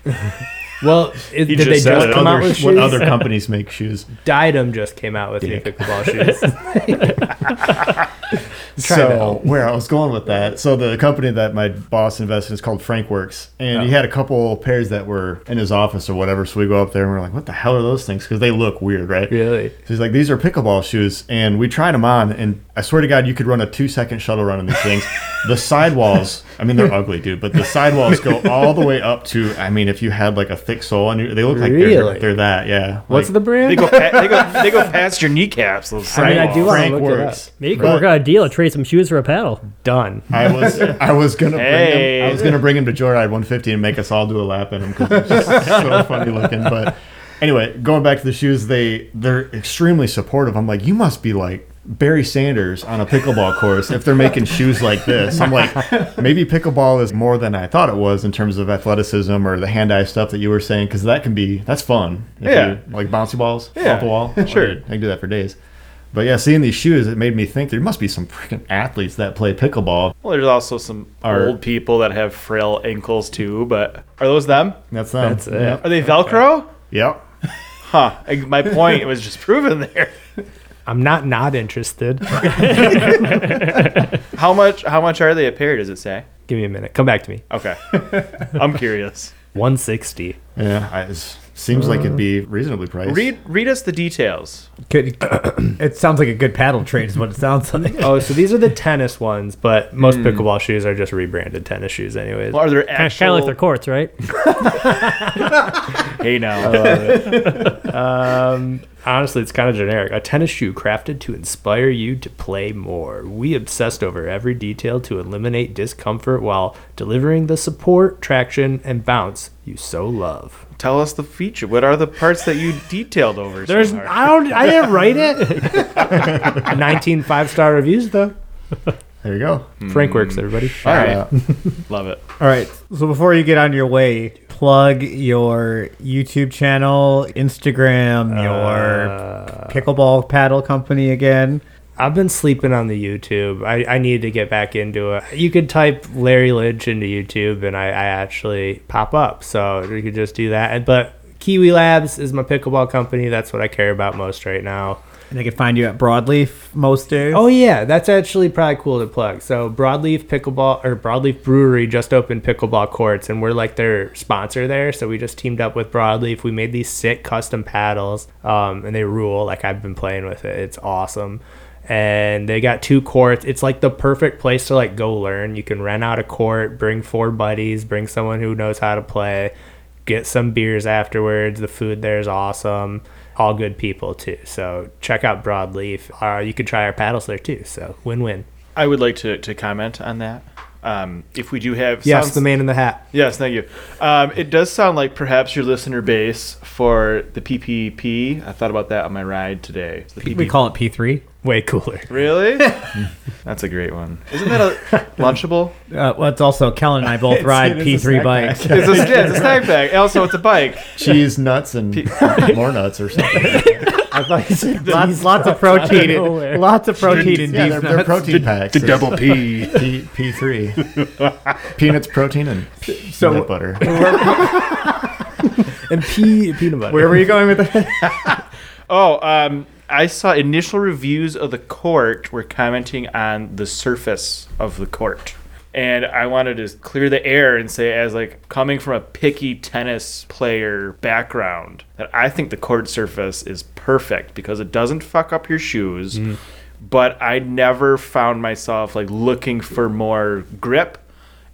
Speaker 6: Well, it, did
Speaker 5: just
Speaker 6: they
Speaker 5: said
Speaker 6: just
Speaker 5: it.
Speaker 6: come out with
Speaker 3: other, what
Speaker 6: shoes? [laughs]
Speaker 3: other companies make shoes.
Speaker 6: Diadem just came out with new
Speaker 3: Dick.
Speaker 6: pickleball shoes. to
Speaker 3: so
Speaker 6: help.
Speaker 3: [laughs] where I was going with that. So the company that my boss invested in is called Frankworks, and
Speaker 6: Oh.
Speaker 3: he had a couple pairs that were in his office or whatever. So we go up there and we're like, "What the hell are those things?" Because they look weird, right?
Speaker 6: Really?
Speaker 3: So he's like, "These are pickleball shoes," and we tried them on, and I swear to God, you could run a two-second shuttle run on these
Speaker 6: [laughs]
Speaker 3: things. the sidewalls, I mean, they're ugly, dude, but the
Speaker 6: [laughs]
Speaker 3: sidewalls go all the way up to. I mean, if you had like a thick sole on you, they look like
Speaker 6: Really?
Speaker 3: they're, they're that. Yeah.
Speaker 6: What's
Speaker 3: Like,
Speaker 6: the brand?
Speaker 5: They go, pa- they go, they go past your kneecaps. Those
Speaker 6: I mean, I do
Speaker 5: sidewalls.
Speaker 6: wanna
Speaker 3: Frank
Speaker 6: look it up.
Speaker 3: Works.
Speaker 4: Maybe you can
Speaker 3: But-
Speaker 4: work out a deal and trade some shoes for a paddle.
Speaker 6: Done.
Speaker 3: I
Speaker 5: [laughs]
Speaker 3: was I was gonna bring him, I
Speaker 5: Hey.
Speaker 3: was gonna bring him to Joyride 150 and make us all do a lap in him because it's just
Speaker 5: [laughs]
Speaker 3: so funny looking. But anyway, going back to the shoes, they they're extremely supportive. I'm like, you must be like Barry Sanders on a pickleball course if they're making shoes like this. I'm like, maybe pickleball is more than I thought it was in terms of athleticism or the hand eye stuff that you were saying because that can be that's fun. If
Speaker 5: Yeah.
Speaker 3: you- like bouncy balls
Speaker 5: Yeah,
Speaker 3: off the wall.
Speaker 5: sure.
Speaker 3: I can do that for days. But yeah, seeing these shoes, it made me think there must be some freaking athletes that play pickleball.
Speaker 5: Well, there's also some
Speaker 3: Are-
Speaker 5: old people that have frail ankles too. But are those them?
Speaker 3: That's them.
Speaker 6: That's it.
Speaker 3: Yep.
Speaker 5: Are they Velcro?
Speaker 3: Yep.
Speaker 5: Huh. I- My point was just proven [laughs] there.
Speaker 6: I'm not not interested.
Speaker 5: How much? How much are they a pair? Does it say?
Speaker 6: Give me a minute. Come back to me.
Speaker 5: [laughs] Okay. I'm curious.
Speaker 6: 160.
Speaker 3: Yeah. I, it seems like it'd be reasonably priced.
Speaker 5: Read read us the details.
Speaker 2: Good. [coughs] it sounds like a good paddle trade, is what it sounds like. [laughs]
Speaker 6: Oh, so these are the tennis ones, but most pickleball shoes are just rebranded tennis shoes, anyways.
Speaker 5: Are there
Speaker 4: Kind of,
Speaker 5: actual?
Speaker 4: like their courts, right?
Speaker 5: hey [laughs] now.
Speaker 6: Um, honestly, it's kind of generic. A tennis shoe crafted to inspire you to play more. We obsessed over every detail to eliminate discomfort while delivering the support, traction, and bounce you so love.
Speaker 5: Tell us the feature. What are the parts that you detailed over? so
Speaker 6: There's,
Speaker 5: hard?
Speaker 6: I don't, I didn't write it. [laughs] 19 five star reviews though.
Speaker 3: There you go. Uh,
Speaker 6: Frank works, everybody.
Speaker 5: All right.
Speaker 3: Yeah.
Speaker 5: Love it.
Speaker 2: All right. So before you get on your way, plug your YouTube channel, Instagram,
Speaker 6: Uh,
Speaker 2: your pickleball paddle company again.
Speaker 6: I've been sleeping on the YouTube. I, I need to get back into it. You could type Larry Lynch into YouTube and I, I actually pop up. So you could just do that. And- But Kiwi Labs is my pickleball company. That's what I care about most right now.
Speaker 2: And they can find you at Broadleaf most days.
Speaker 6: Oh yeah, that's actually probably cool to plug. So Broadleaf Pickleball or Broadleaf Brewery just opened pickleball courts, and we're like their sponsor there. So we just teamed up with Broadleaf. We made these sick custom paddles, um, and they rule. Like I've been playing with it; it's awesome. And they got two courts. It's like the perfect place to like go learn. You can rent out a court, bring four buddies, bring someone who knows how to play, get some beers afterwards. The food there is awesome. All good people too. So check out Broadleaf. Uh, you could try our paddles there too. So win win.
Speaker 5: I would like to, to comment on that. Um, if we do have
Speaker 6: Yes,
Speaker 5: sounds-
Speaker 6: the man in the hat.
Speaker 5: Yes, thank you. Um, it does sound like perhaps your listener base for the PPP. I thought about that on my ride today. The
Speaker 2: we
Speaker 5: PPP.
Speaker 2: call it P3.
Speaker 6: Way cooler.
Speaker 5: [laughs] really? That's a great one. Isn't [laughs] that a lunchable?
Speaker 2: Uh, well, it's also Kellen and I
Speaker 3: [laughs]
Speaker 2: both ride
Speaker 3: it is a
Speaker 2: P3
Speaker 3: snack
Speaker 2: bikes.
Speaker 5: It's a, yeah, it's a snack bag. Also, it's a bike.
Speaker 3: Cheese, nuts, and [laughs] more nuts or something.
Speaker 2: I thought you said [laughs] lots, lots of protein. in- Lots of [laughs] protein in
Speaker 3: yeah,
Speaker 2: these
Speaker 3: they're, they're
Speaker 2: nuts.
Speaker 3: protein packs.
Speaker 5: The double P.
Speaker 3: P P three. Peanuts, protein, and
Speaker 2: So-
Speaker 3: peanut butter.
Speaker 2: [laughs]
Speaker 6: And pea peanut butter.
Speaker 2: Where were you going with that?
Speaker 5: Oh, um, I saw initial reviews of the court were commenting on the surface of the court. And I wanted to clear the air and say, as like coming from a picky tennis player background, that I think the court surface is perfect because it doesn't fuck up your shoes. But I never found myself like looking for more grip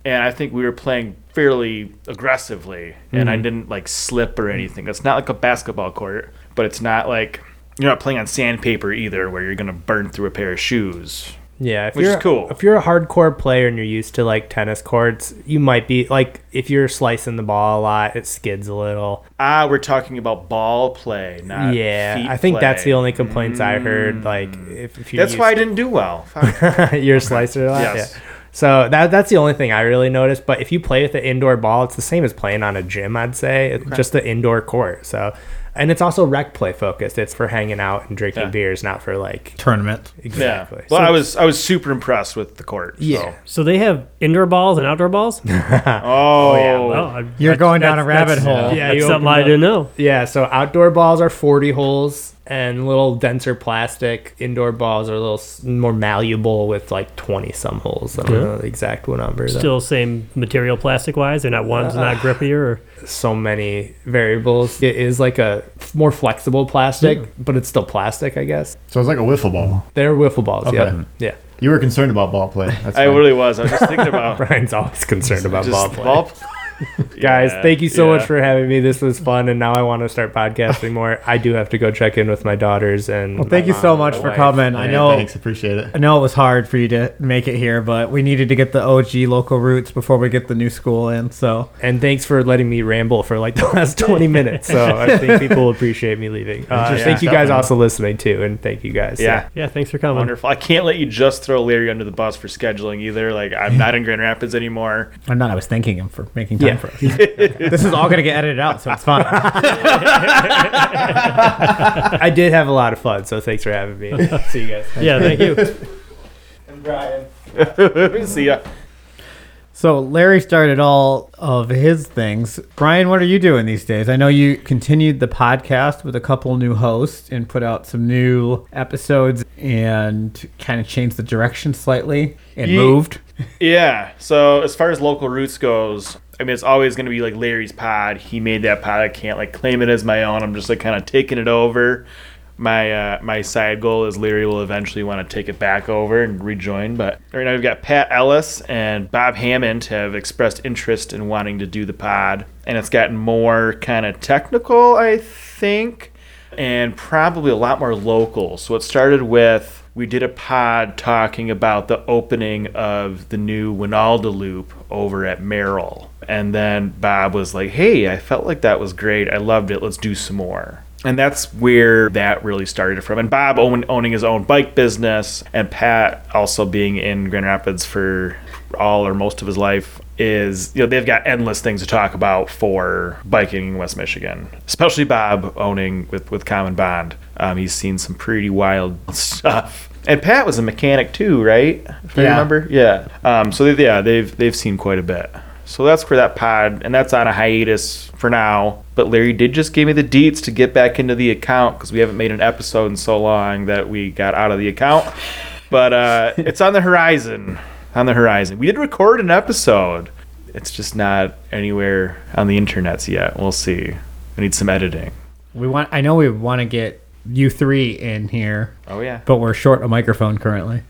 Speaker 5: and I think we were playing fairly aggressively, and
Speaker 6: Mm-hmm.
Speaker 5: I didn't like slip or anything. It's not like a basketball court, but it's not like you're not playing on sandpaper either, where you're gonna burn through a pair of shoes.
Speaker 6: Yeah, if
Speaker 5: Which is
Speaker 6: you're,
Speaker 5: cool.
Speaker 6: If you're a hardcore player and you're used to like tennis courts, you might be like if you're slicing the ball a lot, it skids a little.
Speaker 5: Ah, we're talking about ball play, not
Speaker 6: yeah,
Speaker 5: feet
Speaker 6: I think that's
Speaker 5: play. Mm.
Speaker 6: the only complaints I heard. Like if, if you're
Speaker 5: That's why I
Speaker 6: used-
Speaker 5: didn't
Speaker 6: [laughs]
Speaker 5: do well. Fuck.
Speaker 6: you're a slicer a lot.
Speaker 5: Yes.
Speaker 6: Yeah. So that that's the only thing I really noticed. But if you play with the indoor ball, it's the same as playing on a gym. I'd say it's just the indoor court. So, and it's also rec play focused. It's for hanging out and drinking
Speaker 5: Yeah.
Speaker 6: beers, not for like
Speaker 2: Tournament.
Speaker 6: exactly.
Speaker 5: Yeah. Well, I was I was super impressed with the court.
Speaker 6: Yeah.
Speaker 5: So.
Speaker 4: So they have indoor balls and outdoor balls. oh,
Speaker 5: Oh,
Speaker 4: I,
Speaker 2: You're going down a rabbit
Speaker 6: that's-
Speaker 2: hole.
Speaker 6: yeah.
Speaker 4: that's
Speaker 6: you
Speaker 4: something
Speaker 6: opened
Speaker 4: I
Speaker 6: up-
Speaker 4: didn't know.
Speaker 6: Yeah, so outdoor balls are 40 holes and little denser plastic. Indoor balls are a little s- more malleable with like 20 some holes. I don't know the exact number. though.
Speaker 4: Still same material, plastic wise. They're not one's not grippier. Or,
Speaker 6: so many variables. It is like a more flexible plastic, but it's still plastic, I guess.
Speaker 3: So it's like a wiffle ball.
Speaker 6: They're wiffle balls. Yeah.
Speaker 3: Okay.
Speaker 6: Yeah. [laughs]
Speaker 3: You were concerned about ball play. That's
Speaker 5: I
Speaker 3: fine.
Speaker 5: really was. I was just thinking about
Speaker 6: Brian's always concerned about
Speaker 5: just
Speaker 6: ball play.
Speaker 5: ball
Speaker 6: [laughs]
Speaker 5: play.
Speaker 6: Guys,
Speaker 5: Yeah,
Speaker 6: thank you so
Speaker 5: yeah.
Speaker 6: much for having me. This was fun, and now I want to start podcasting more. I do have to go check in with my daughters. And
Speaker 2: Well, thank
Speaker 6: my
Speaker 2: you
Speaker 6: mom
Speaker 2: so
Speaker 6: and
Speaker 2: much
Speaker 6: my
Speaker 2: for
Speaker 6: wife.
Speaker 2: coming. I
Speaker 3: Hey,
Speaker 2: know
Speaker 3: Thanks, appreciate it.
Speaker 2: I know it was hard for you to make it here, but we needed to get the OG local roots before we get the new school in. So
Speaker 6: and thanks for letting me ramble for like [laughs] the last 20 minutes so
Speaker 2: [laughs]
Speaker 6: i think people appreciate me leaving uh,
Speaker 3: Interesting
Speaker 6: thank you guys
Speaker 3: stuff.
Speaker 6: also listening too and thank you guys
Speaker 5: Yeah.
Speaker 4: yeah, thanks for coming.
Speaker 5: Wonderful. I can't let you just throw Larry under the bus for scheduling either. Like I'm not in Grand Rapids anymore.
Speaker 2: I'm not. I was thanking him for making time
Speaker 6: Yeah.
Speaker 2: for us. [laughs] this is all gonna get edited out, so it's fine.
Speaker 6: i did have a lot of fun so thanks for having
Speaker 2: [laughs]
Speaker 6: me see you guys
Speaker 4: Yeah, thank you.
Speaker 5: See uh, ya.
Speaker 2: so Larry started all of his things. Brian, what are you doing these days? I know you continued the podcast with a couple new hosts and put out some new episodes and kind of changed the direction slightly and
Speaker 5: Ye-
Speaker 2: moved. [laughs]
Speaker 5: Yeah. So as far as local roots goes, I mean it's always gonna be like Larry's pod. He made that pod. I can't like claim it as my own. I'm just like kind of taking it over. My uh, my side goal is Larry will eventually want to take it back over and rejoin. But right now we've got Pat Ellis and Bob Hammond have expressed interest in wanting to do the pod, and it's gotten more kind of technical, I think. and probably a lot more local. So it started with we did a pod talking about the opening of the new Winalda loop over at Merrill. And then Bob was like, hey, I felt like that was great. I loved it. Let's do some more. And that's where that really started from. And Bob own, owning his own bike business, and Pat also being in Grand Rapids for all or most of his life is you know they've got endless things to talk about for biking in West Michigan, especially Bob owning with with Common Bond. Um, he's seen some pretty wild [laughs] stuff. And Pat was a mechanic too, right? If I
Speaker 2: Yeah.
Speaker 5: remember. Yeah. Um, so they, yeah, they've they've seen quite a bit. So that's for that pod, and that's on a hiatus for now. But Larry did just give me the deets to get back into the account because we haven't made an episode in so long that we got out of the account. But uh, it's on the horizon. On the horizon. We did record an episode. It's just not anywhere on the internets yet. We'll see. We need some editing.
Speaker 2: We want. I know we want to get you three in here,
Speaker 5: Oh yeah.
Speaker 2: but we're short a microphone currently.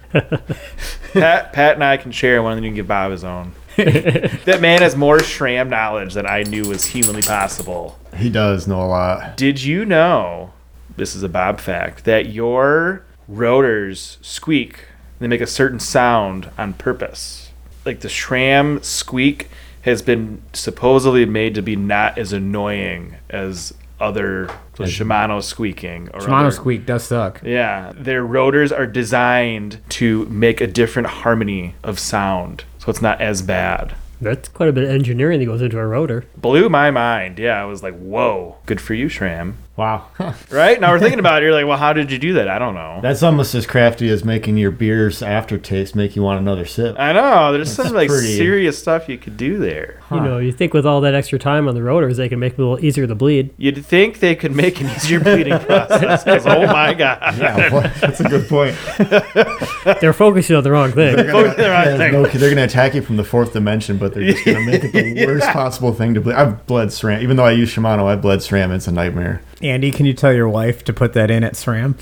Speaker 5: Pat, Pat and I can share one, and you can give Bob his own. that man has more Shram knowledge than I knew was humanly possible.
Speaker 3: He does know a lot.
Speaker 5: Did you know, this is a Bob fact, that your rotors squeak, they make a certain sound on purpose? Like the Shram squeak has been supposedly made to be not as annoying as other Shimano squeaking. Or
Speaker 2: Mono
Speaker 5: other-
Speaker 2: squeak does suck.
Speaker 5: yeah, their rotors are designed to make a different harmony of sound, so it's not as bad.
Speaker 4: That's quite a bit of engineering that goes into a rotor.
Speaker 5: Blew my mind. Yeah, I was like, "Whoa, good for you, Shram."
Speaker 3: Wow.
Speaker 5: [laughs] Right now we're thinking about it. You're like, "Well, how did you do that?" I don't know.
Speaker 3: That's almost as crafty as making your beer's aftertaste make you want
Speaker 2: [laughs]
Speaker 3: another sip.
Speaker 5: I know. There's some like
Speaker 3: pretty-
Speaker 5: serious stuff you could do there.
Speaker 4: You know, you think with all that extra time on the rotors, they can make it a little easier to bleed.
Speaker 5: You'd think they could make an easier bleeding [laughs] process. 'cause, oh my
Speaker 3: [laughs]
Speaker 5: god,
Speaker 3: Yeah, what- that's a good point.
Speaker 4: They're focusing on the wrong thing.
Speaker 5: Focus on the right
Speaker 3: Yeah,
Speaker 5: thing.
Speaker 3: no, they're going to attack you from the fourth dimension, but they're just going to make it the worst possible thing to bleed. I've bled SRAM. Even though I use Shimano, I've bled SRAM. It's a nightmare.
Speaker 2: Andy, can you tell your wife to put that in at SRAM?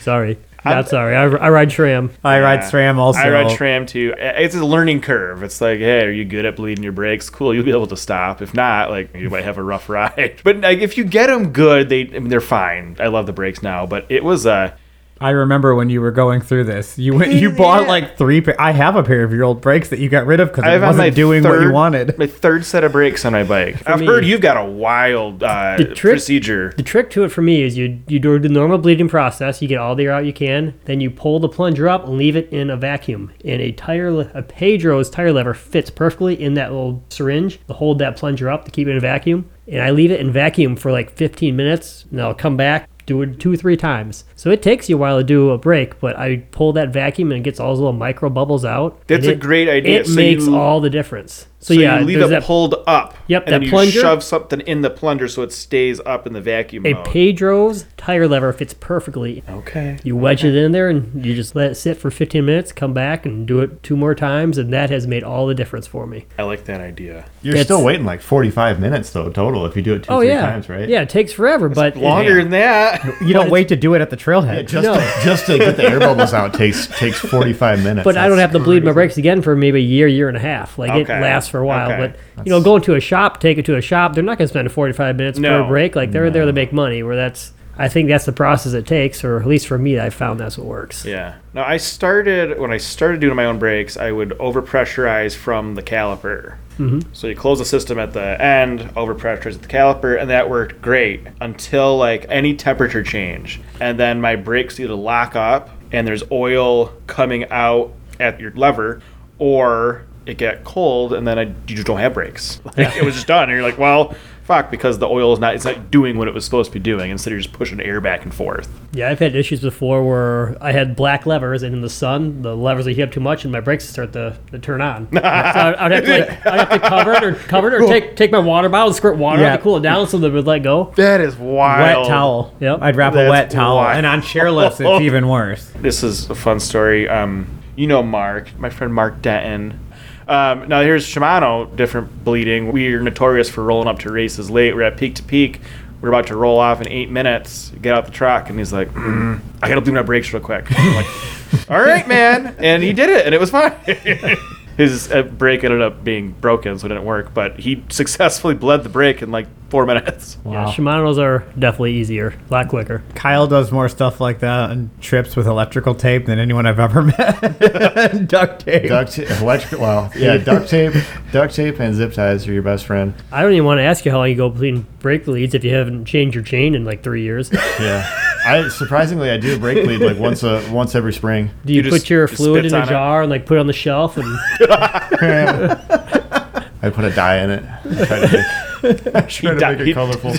Speaker 4: Sorry. Not sorry. I, I ride Shram.
Speaker 2: I ride SRAM also.
Speaker 5: I ride tram too. It's a learning curve. It's like, hey, are you good at bleeding your brakes? Cool, you'll be able to stop. If not, like you might have a rough [laughs] ride. But like, if you get them good, they I mean, they're fine. I love the brakes now, but it was uh,
Speaker 2: I remember when you were going through this. You went, you bought like three. Pa- I have a pair of your old brakes that you got rid of because
Speaker 5: I
Speaker 2: it
Speaker 5: have on my
Speaker 2: wasn't doing what you
Speaker 5: third-
Speaker 2: wanted.
Speaker 5: [laughs] my third set of brakes on my bike. I've
Speaker 4: me-
Speaker 5: heard you've got a wild uh,
Speaker 4: The trick-
Speaker 5: procedure.
Speaker 4: The trick to it for me is you you do the normal bleeding process. You get all the air out you can. Then you pull the plunger up and leave it in a vacuum. And a tire le- a Pedro's tire lever fits perfectly in that little syringe to hold that plunger up to keep it in a vacuum. And I leave it in vacuum for like 15 minutes. And I'll come back do it two three times. So it takes you a while to do a break, but I pull that vacuum and it gets all those little micro bubbles out.
Speaker 5: That's
Speaker 4: and
Speaker 5: a
Speaker 4: it-
Speaker 5: great idea.
Speaker 4: It
Speaker 5: So
Speaker 4: makes
Speaker 5: you-
Speaker 4: all the difference. So,
Speaker 5: So
Speaker 4: yeah,
Speaker 5: you leave
Speaker 4: there's
Speaker 5: it pulled up.
Speaker 4: Yep,
Speaker 5: and then
Speaker 4: that
Speaker 5: you
Speaker 4: plunger-
Speaker 5: shove something in the plunger so it stays up in the vacuum.
Speaker 4: a
Speaker 5: mode.
Speaker 4: Pedro's tire lever fits perfectly
Speaker 5: okay.
Speaker 4: You wedge it in there and you just let it sit for 15 minutes, come back and do it two more times, and that has made all the difference for me.
Speaker 5: I like that idea.
Speaker 3: You're
Speaker 4: It's-
Speaker 3: still waiting like 45 minutes, though, total, if you do it two, three times, right?
Speaker 4: Oh, Yeah, it takes forever, but
Speaker 5: Longer than that. [laughs]
Speaker 2: You don't wait to do it at the trailhead.
Speaker 3: Just, to, just to get the air bubbles out takes takes 45 minutes.
Speaker 4: but I don't
Speaker 3: That's
Speaker 4: have to bleed my brakes again for maybe a year, year and a half. Like
Speaker 5: Okay.
Speaker 4: it lasts for a while,
Speaker 5: Okay.
Speaker 4: but you know, going to a shop, take it to a shop, they're not going to spend 45 minutes for
Speaker 5: No.
Speaker 4: a break. Like they're there to make money. Where that's, I think that's the process it takes, or at least for me, I found that's what works.
Speaker 5: Yeah. Now I started when I started doing my own brakes, I would overpressurize from the caliper. Mm-hmm. So you close the system at the end, overpressurize at the caliper, and that worked great until like any temperature change, and then my brakes either lock up and there's oil coming out at your lever, or it get cold and then I you just don't
Speaker 2: [laughs]
Speaker 5: have brakes. Like it was just done, and you're like, well. Fuck, because the oil is not it's not doing what it was supposed to be doing. Instead, you're just pushing air back and forth.
Speaker 4: Yeah, I've had issues before where I had black levers, and in the sun, the levers would heat up too much, and my brakes would start to, to turn
Speaker 5: [laughs]
Speaker 4: on. so I'd, I'd, have to, like, I'd have to cover it or cover it or take take my water bottle and squirt water
Speaker 2: Yeah.
Speaker 4: to cool it down so that it would let go.
Speaker 5: That is
Speaker 2: wet
Speaker 5: wild.
Speaker 2: towel.
Speaker 4: Yep.
Speaker 2: I'd wrap a
Speaker 5: That's
Speaker 2: wet towel,
Speaker 5: wild.
Speaker 2: and on chairlifts,
Speaker 5: [laughs]
Speaker 2: it's even worse.
Speaker 5: This is a fun story. Um, you know Mark, my friend Mark Denton. Um, now here's Shimano, different bleeding. We're notorious for rolling up to races late. We're at peak to peak. We're about to roll off in eight minutes. Get out the truck, and he's like, mm, "I gotta do my brakes real quick." [laughs] I'm like, "All right, man," and he did it, and it was fine. [laughs] His uh, brake ended up being broken, so it didn't work. But he [laughs] successfully bled the brake in like four minutes.
Speaker 4: Yeah, Shimano's are definitely easier, a lot quicker.
Speaker 2: Kyle does more stuff like that on trips with electrical tape than anyone I've ever [laughs] met. Duct tape.
Speaker 3: Duct tape, electric,
Speaker 4: [laughs]
Speaker 3: well, yeah, duct tape, duct tape and zip ties are your best friend.
Speaker 4: I don't even want to ask you how long you go between brake leads if you haven't changed your chain in like three
Speaker 5: [laughs]
Speaker 4: years. Do
Speaker 3: Yeah, I surprisingly I do a brake lead like once a once every spring.
Speaker 4: you,
Speaker 5: just-
Speaker 4: put your
Speaker 5: just
Speaker 4: fluid
Speaker 5: spits
Speaker 4: in a
Speaker 5: on it.
Speaker 4: jar and like put it on the shelf? And
Speaker 5: [laughs]
Speaker 3: I put a dye in it. I try to make, I try
Speaker 4: [laughs]
Speaker 3: to
Speaker 5: dye-
Speaker 3: make it
Speaker 5: he-
Speaker 3: colorful.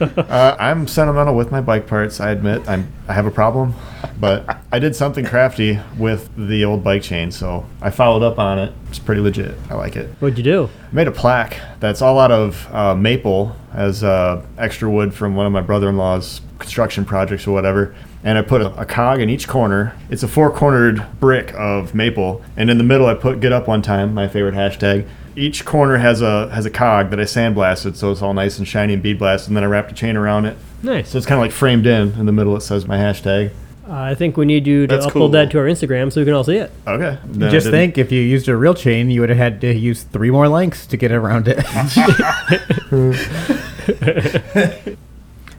Speaker 3: Uh, I'm sentimental with my bike parts. I admit I'm I have a problem, but I did something crafty with the old bike chain, so I followed up on it. It's pretty legit. I like it.
Speaker 4: What'd you do?
Speaker 3: I made a plaque that's all out of uh, maple as uh, extra wood from one of my brother-in-law's construction projects or whatever. And I put a, a cog in each corner. It's a four-cornered brick of maple, and in the middle I put "Get Up One Time," my favorite hashtag. Each corner has a has a cog that I sandblasted, so it's all nice and shiny and bead blasted. And then I wrapped a chain around it,
Speaker 4: Nice.
Speaker 3: so it's kind of like framed in. In the middle it says my hashtag.
Speaker 4: I think we need you to
Speaker 5: That's
Speaker 4: upload
Speaker 5: cool.
Speaker 4: that to our Instagram so we can all see it.
Speaker 3: Okay. Then I
Speaker 2: Just
Speaker 3: didn't-
Speaker 2: think, if you used a real chain, you would have had to use three more lengths to get around
Speaker 5: [laughs]
Speaker 2: it.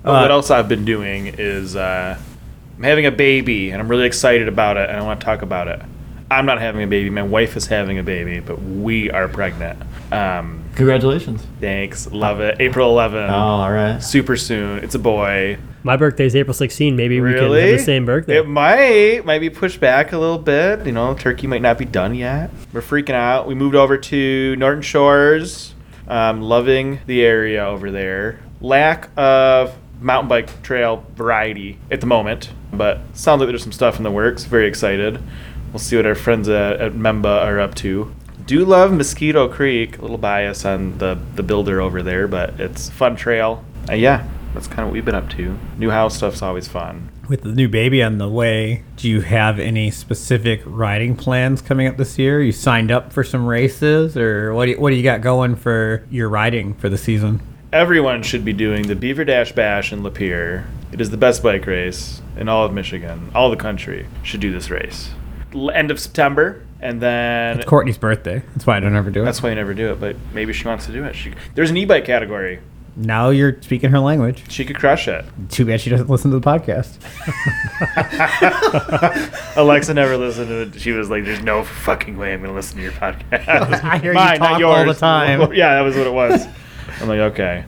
Speaker 5: But what else I've been doing is uh, I'm having a baby, and I'm really excited about it, and I want to talk about it. I'm not having a baby. My wife is having a baby, but we are pregnant. Um,
Speaker 3: Congratulations.
Speaker 5: thanks, love it. April 11th,
Speaker 3: Oh, all right.
Speaker 5: super soon. It's a boy.
Speaker 4: My birthday's April 16. Maybe we
Speaker 5: Really?
Speaker 4: can have the same birthday.
Speaker 5: It might might be pushed back a little bit. You know, turkey might not be done yet. We're freaking out. We moved over to Norton Shores. Um, loving the area over there. Lack of mountain bike trail variety at the moment, but sounds like there's some stuff in the works. Very excited. We'll see what our friends at, at Memba are up to. Do love Mosquito Creek. A little bias on the the builder over there, but it's a fun trail. Uh, yeah, that's kind of what we've been up to. New house stuff's always fun.
Speaker 2: With the new baby on the way, do you have any specific riding plans coming up this year? You signed up for some races, or what do you, what do you got going for your riding for the season?
Speaker 5: Everyone should be doing the Beaver Dash Bash in Lapeer. It is the best bike race in all of Michigan. All the country should do this race. L- End of September, and then
Speaker 2: It's Courtney's birthday. That's why I don't ever do it.
Speaker 5: that's why you never do it. But maybe she wants to do it. She, there's an e-bike category.
Speaker 2: now you're speaking her language.
Speaker 5: She could crush it.
Speaker 2: Too bad she doesn't listen to the podcast.
Speaker 5: [laughs] Alexa never listened to it. She was like, "There's no fucking way I'm gonna listen to your podcast."
Speaker 2: I hear you
Speaker 5: Mine, not
Speaker 2: talk all
Speaker 5: yours.
Speaker 2: the time.
Speaker 5: [laughs] yeah, that was what it was. I'm like, okay.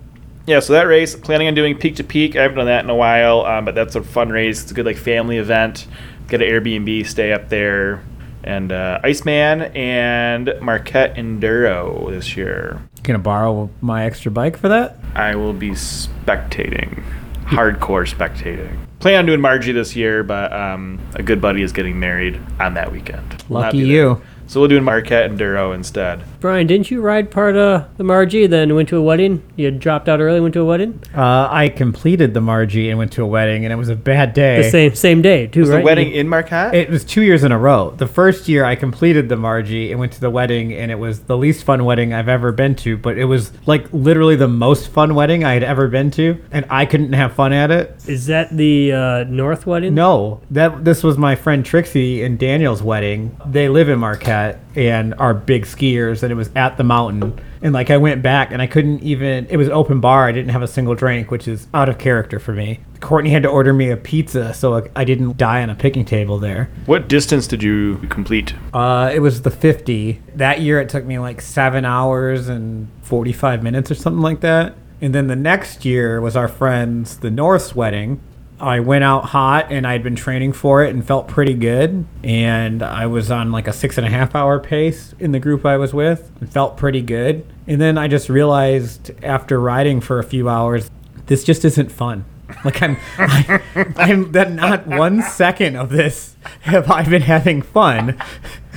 Speaker 5: Yeah, so that race, planning on doing peak to peak. I haven't done that in a while, um, but that's a fun race. It's a good like family event. Get an Airbnb, stay up there, and uh, Iceman and Marquette Enduro this year.
Speaker 2: Gonna borrow my extra bike for that?
Speaker 5: I will be spectating, hardcore spectating. Plan on doing Margie this year, but um, a good buddy is getting married on that weekend. Will not
Speaker 2: Lucky
Speaker 5: be
Speaker 2: you.
Speaker 5: there. So we'll do Marquette Enduro instead.
Speaker 4: Brian, didn't you ride part of the Margie, then went to a wedding? You had dropped out early, went to a wedding?
Speaker 2: Uh, I completed the Margie and went to a wedding, and it was a bad day.
Speaker 4: The same same day, too,
Speaker 5: Is
Speaker 4: right?
Speaker 5: the wedding in Marquette?
Speaker 2: It was two years in a row. The first year I completed the Margie and went to the wedding, and it was the least fun wedding I've ever been to, but it was like literally the most fun wedding I had ever been to, and I couldn't have fun at it.
Speaker 4: Is that the uh, North wedding?
Speaker 2: No, that this was my friend Trixie and Daniel's wedding. They live in Marquette and are big skiers, and it was at the mountain. And like I went back and I couldn't even. It was open bar. I didn't have a single drink, which is out of character for me. Courtney had to order me a pizza, so like, I didn't die on a picking table there.
Speaker 5: What distance did you complete?
Speaker 2: Uh, it was the 50. That year it took me like seven hours and 45 minutes or something like that. And then the next year was our friend's, the North's wedding. I went out hot and I'd been training for it and felt pretty good. And I was on like a six and a half hour pace in the group I was with and felt pretty good. And then I just realized after riding for a few hours, this just isn't fun. Like I'm, [laughs] I, I'm that not one second of this have I been having fun,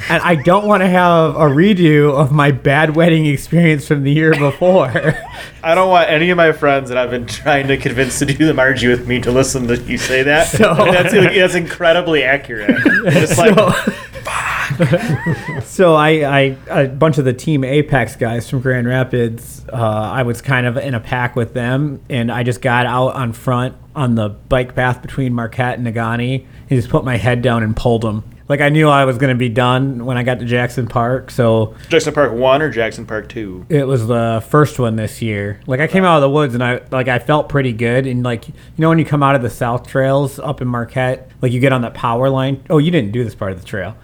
Speaker 2: and I don't want to have a redo of my bad wedding experience from the year before. [laughs]
Speaker 5: I don't want any of my friends that I've been trying to convince to do the Margie with me to listen to you say that. [laughs]
Speaker 2: So-
Speaker 5: that's, like, that's incredibly accurate. [laughs] It's like,
Speaker 2: so I, I, a bunch of the team Apex guys from Grand Rapids, uh, I was kind of in a pack with them, and I just got out on front on the bike path between Marquette and Nagani, and just put my head down and pulled them. Like I knew I was going to be done when I got to Jackson Park, so
Speaker 5: Jackson Park 1 or Jackson Park 2?
Speaker 2: it was the first one this year. Like I came out of the woods and I like I felt pretty good and like you know when you come out of the South Trails up in Marquette, like you get on that power line. Oh, you didn't do this part of the trail.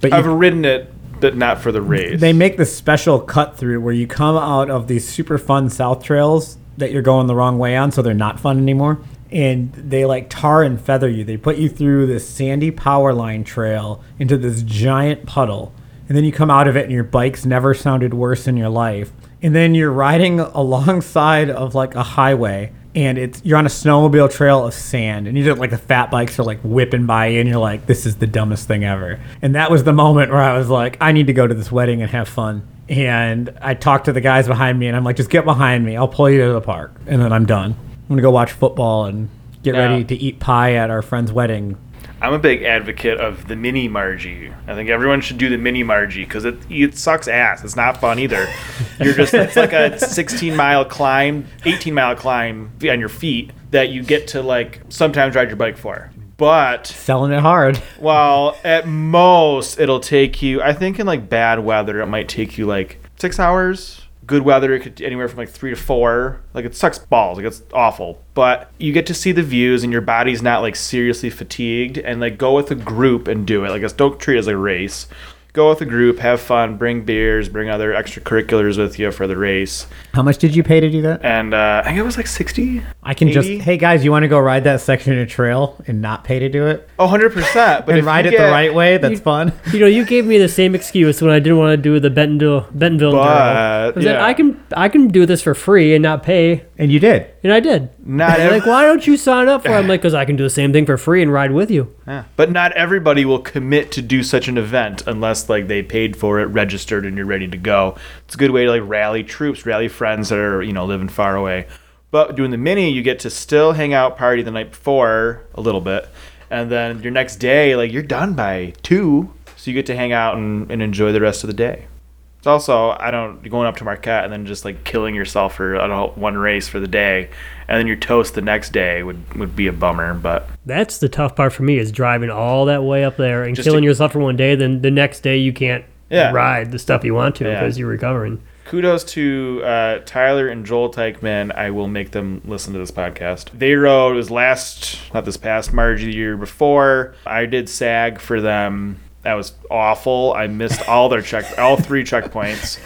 Speaker 2: But
Speaker 5: I've
Speaker 2: you,
Speaker 5: ridden it, but not for the race.
Speaker 2: they make this special cut through where you come out of these super fun South Trails that you're going the wrong way on, so they're not fun anymore. And they like tar and feather you. They put you through this sandy power line trail into this giant puddle. And then you come out of it and your bike's never [laughs] sounded worse in your life. And then you're riding alongside of like a highway and it's you're on a snowmobile trail of sand, and you just like the fat bikes are like whipping by you, and you're like, this is the dumbest thing ever. And that was the moment where I was like, I need to go to this wedding and have fun. And I talked to the guys behind me, and I'm like, just get behind me. I'll pull you to the park, and then I'm done. I'm gonna go watch football and get
Speaker 5: Yeah.
Speaker 2: ready to eat pie at our friend's wedding.
Speaker 5: I'm a big advocate of the mini Margie. I think everyone should do the mini Margie because it it sucks ass. It's not fun either. You're just it's like a 16 mile climb, 18 mile climb on your feet that you get to like sometimes ride your bike for. But
Speaker 2: Selling it hard. [laughs]
Speaker 5: well, at most it'll take you. I think in like bad weather it might take you like six hours. Good weather it could anywhere from like three to four. Like it sucks balls. Like it's awful. But you get to see the views and your body's not like seriously fatigued. And like go with a group and do it. Like it's don't treat it as a race. Go with a group, have fun, bring beers, bring other extracurriculars with you for the race.
Speaker 2: How much did you pay to do that?
Speaker 5: And uh, I think it was like 60.
Speaker 2: I can just
Speaker 5: 80?
Speaker 2: hey guys, you want to go ride that section of trail and not pay to do it
Speaker 5: Oh, 100%. But if
Speaker 2: and
Speaker 5: you
Speaker 2: ride it
Speaker 5: get-
Speaker 2: the right way? That's
Speaker 4: you-
Speaker 2: fun.
Speaker 4: You know, you gave me the same excuse when I didn't want to do the Bentonville Bentonville. Enduro.
Speaker 5: But,
Speaker 4: I said,
Speaker 5: yeah.
Speaker 4: I can I can do this for free and not pay,
Speaker 2: And you did.
Speaker 4: and I did.
Speaker 5: Not
Speaker 4: They're
Speaker 5: every-
Speaker 4: like, why don't you sign up for? it? I'm
Speaker 5: [laughs]
Speaker 4: like, because I can do the same thing for free and ride with you.
Speaker 5: Yeah. But not everybody will commit to do such an event unless like they paid for it, registered, and you're ready to go. It's a good way to like rally troops, rally friends that are you know living far away. But doing the mini, you get to still hang out, party the night before a little bit, and then your next day, like you're done by two, so you get to hang out and, and enjoy the rest of the day. It's also I don't going up to Marquette and then just like killing yourself for I don't know, one race for the day, and then you're toast the next day would would be a bummer. But
Speaker 4: That's the tough part for me is driving all that way up there and
Speaker 5: Just to-
Speaker 4: killing yourself for one day. Then the next day you can't
Speaker 5: Yeah.
Speaker 4: ride the stuff you want to
Speaker 5: Yeah.
Speaker 4: because you're recovering.
Speaker 5: kudos to uh, Tyler and Joel Teichman. I will make them listen to this podcast. They rode it was last, not this past March, the year before. I did SAG for them. That was awful. I missed all their check, all three checkpoints.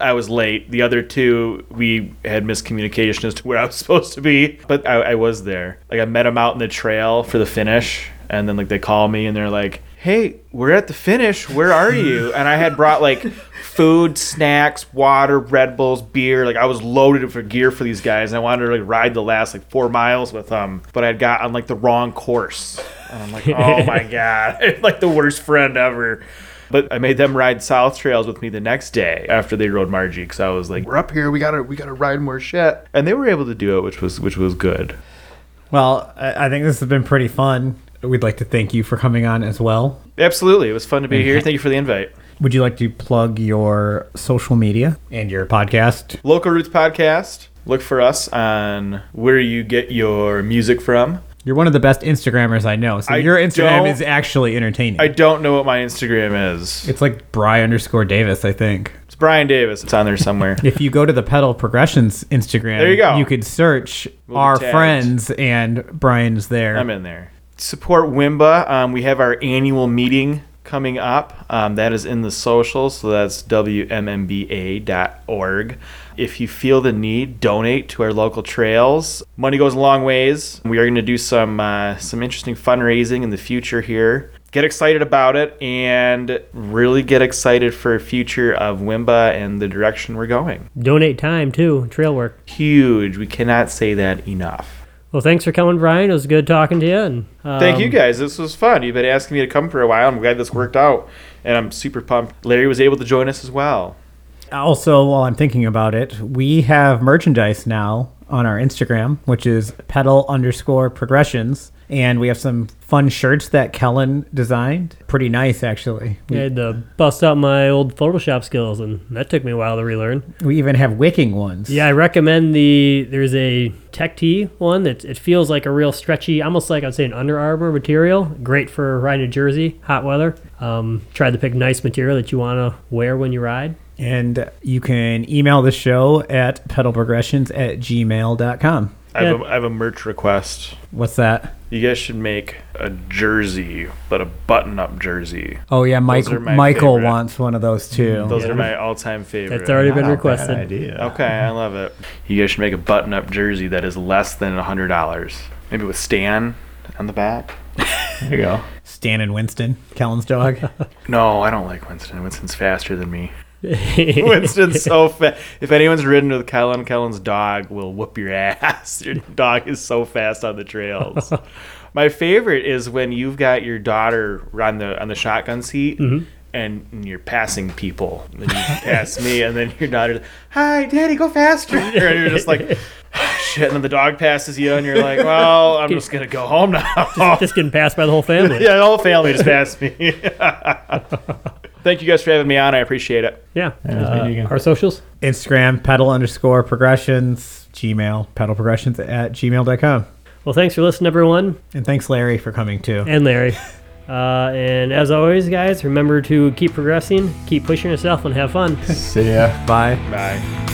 Speaker 5: I was late. The other two, we had miscommunication as to [laughs] where I was supposed to be, but I, I was there. Like I met them out in the trail for the finish, and then like they call me and they're like, "Hey, we're at the finish. Where are you?" And I had brought like food, snacks, water, Red Bulls, beer. Like I was loaded for gear for these guys, and I wanted to like ride the last like four miles with them, but I had got on like the wrong course. And I'm like, "Oh my god, [laughs] I'm like the worst friend ever." But I made them ride South Trails with me the next day after they rode Margie because I was like, "We're up here. We gotta, we gotta ride more shit." And they were able to do it, which was, which was good.
Speaker 2: Well, I I think this has been pretty fun. We'd like to thank you for coming on as well.
Speaker 5: Absolutely, it was fun to be here. Thank you for the invite.
Speaker 2: Would you like to plug your social media and your podcast?
Speaker 5: Local Roots Podcast. Look for us on where you get your music from.
Speaker 2: You're one of the best Instagrammers I know, so
Speaker 5: I
Speaker 2: your Instagram
Speaker 5: don't-
Speaker 2: is actually entertaining.
Speaker 5: I don't know what my Instagram is.
Speaker 2: it's like Bry underscore Davis, I think.
Speaker 5: It's Brian Davis. It's on there somewhere.
Speaker 2: If you go to the Pedal Progressions Instagram,
Speaker 5: There you go.
Speaker 2: could search
Speaker 5: We'll be
Speaker 2: our
Speaker 5: tagged.
Speaker 2: friends, and Brian's there.
Speaker 5: I'm in there. Support Wimba. Um, we have our annual meeting coming up. Um, that is in the socials, so that's wmmba.org. If you feel the need, donate to our local trails. Money goes a long ways. We are going to do some uh, some interesting fundraising in the future here. Get excited about it and really get excited for a future of Wimba and the direction we're going.
Speaker 4: Donate time too, trail work.
Speaker 5: Huge. We cannot say that enough.
Speaker 4: Well, thanks for coming, Brian. It was good talking to you. And um,
Speaker 5: Thank you guys. This was fun. You've been asking me to come for a while. I'm glad this worked out, and I'm super pumped. Larry was able to join us as well.
Speaker 2: Also, while I'm thinking about it, we have merchandise now on our Instagram, which is pedal underscore progressions. And we have some fun shirts that Kellen designed. Pretty nice, actually.
Speaker 4: I
Speaker 2: We,
Speaker 4: had to bust out my old Photoshop skills, and that took me a while to relearn.
Speaker 2: we even have wicking ones.
Speaker 4: Yeah, I recommend the. There's a Tech T one that it feels like a real stretchy, almost like I'd say an Under Armour material. Great for riding to Jersey, hot weather. Um, try to pick nice material that you want to wear when you ride.
Speaker 2: And you can email the show at pedalprogressions at gmail.com.
Speaker 5: I have, a,
Speaker 4: Yeah.
Speaker 5: I have a merch request.
Speaker 2: What's that?
Speaker 5: You guys should make a jersey, but a button-up jersey.
Speaker 2: Oh, yeah. Mike,
Speaker 5: are my
Speaker 2: Michael
Speaker 5: favorite. Mm-hmm.
Speaker 2: wants one of those too.
Speaker 5: Those
Speaker 4: Yeah.
Speaker 5: are my all-time favorite.
Speaker 4: That's already been
Speaker 3: Not a bad
Speaker 4: requested.
Speaker 3: idea.
Speaker 5: Okay, I love it. You guys should make a button-up jersey that is less than hundred dollars. Maybe with Stan on the back.
Speaker 3: There you go.
Speaker 2: Stan and Winston, Kellen's dog.
Speaker 5: [laughs] No, I don't like Winston. Winston's faster than me. [laughs]
Speaker 4: [laughs]
Speaker 5: Winston's so fast. If anyone's ridden with Kellen, Kellen's dog will whoop your ass. [laughs] Your dog is so fast on
Speaker 4: [laughs]
Speaker 5: the trails. My favorite is when you've got your daughter on the on the shotgun seat.
Speaker 4: Mm-hmm.
Speaker 5: And you're passing people. And you pass me, and then your daughter, "Hi, Daddy, go faster!" And you're
Speaker 4: [laughs]
Speaker 5: just like, "Shit!" And then the dog passes you, and you're like, "Well, I'm just gonna go home now."
Speaker 4: [laughs] Just getting passed by the whole family.
Speaker 5: [laughs] yeah, the whole family just
Speaker 4: [laughs]
Speaker 5: passed me. [laughs] Thank you guys for having me on. I appreciate it.
Speaker 4: Yeah. Uh, our socials.
Speaker 2: Instagram, pedal underscore progressions, Gmail, pedal progressions at gmail.com.
Speaker 4: Well, thanks for listening, everyone.
Speaker 2: And thanks, Larry, for coming too.
Speaker 4: and Larry. Uh, and as always, guys, remember to keep progressing, keep pushing yourself, and have fun.
Speaker 3: See ya.
Speaker 2: Bye.
Speaker 5: Bye.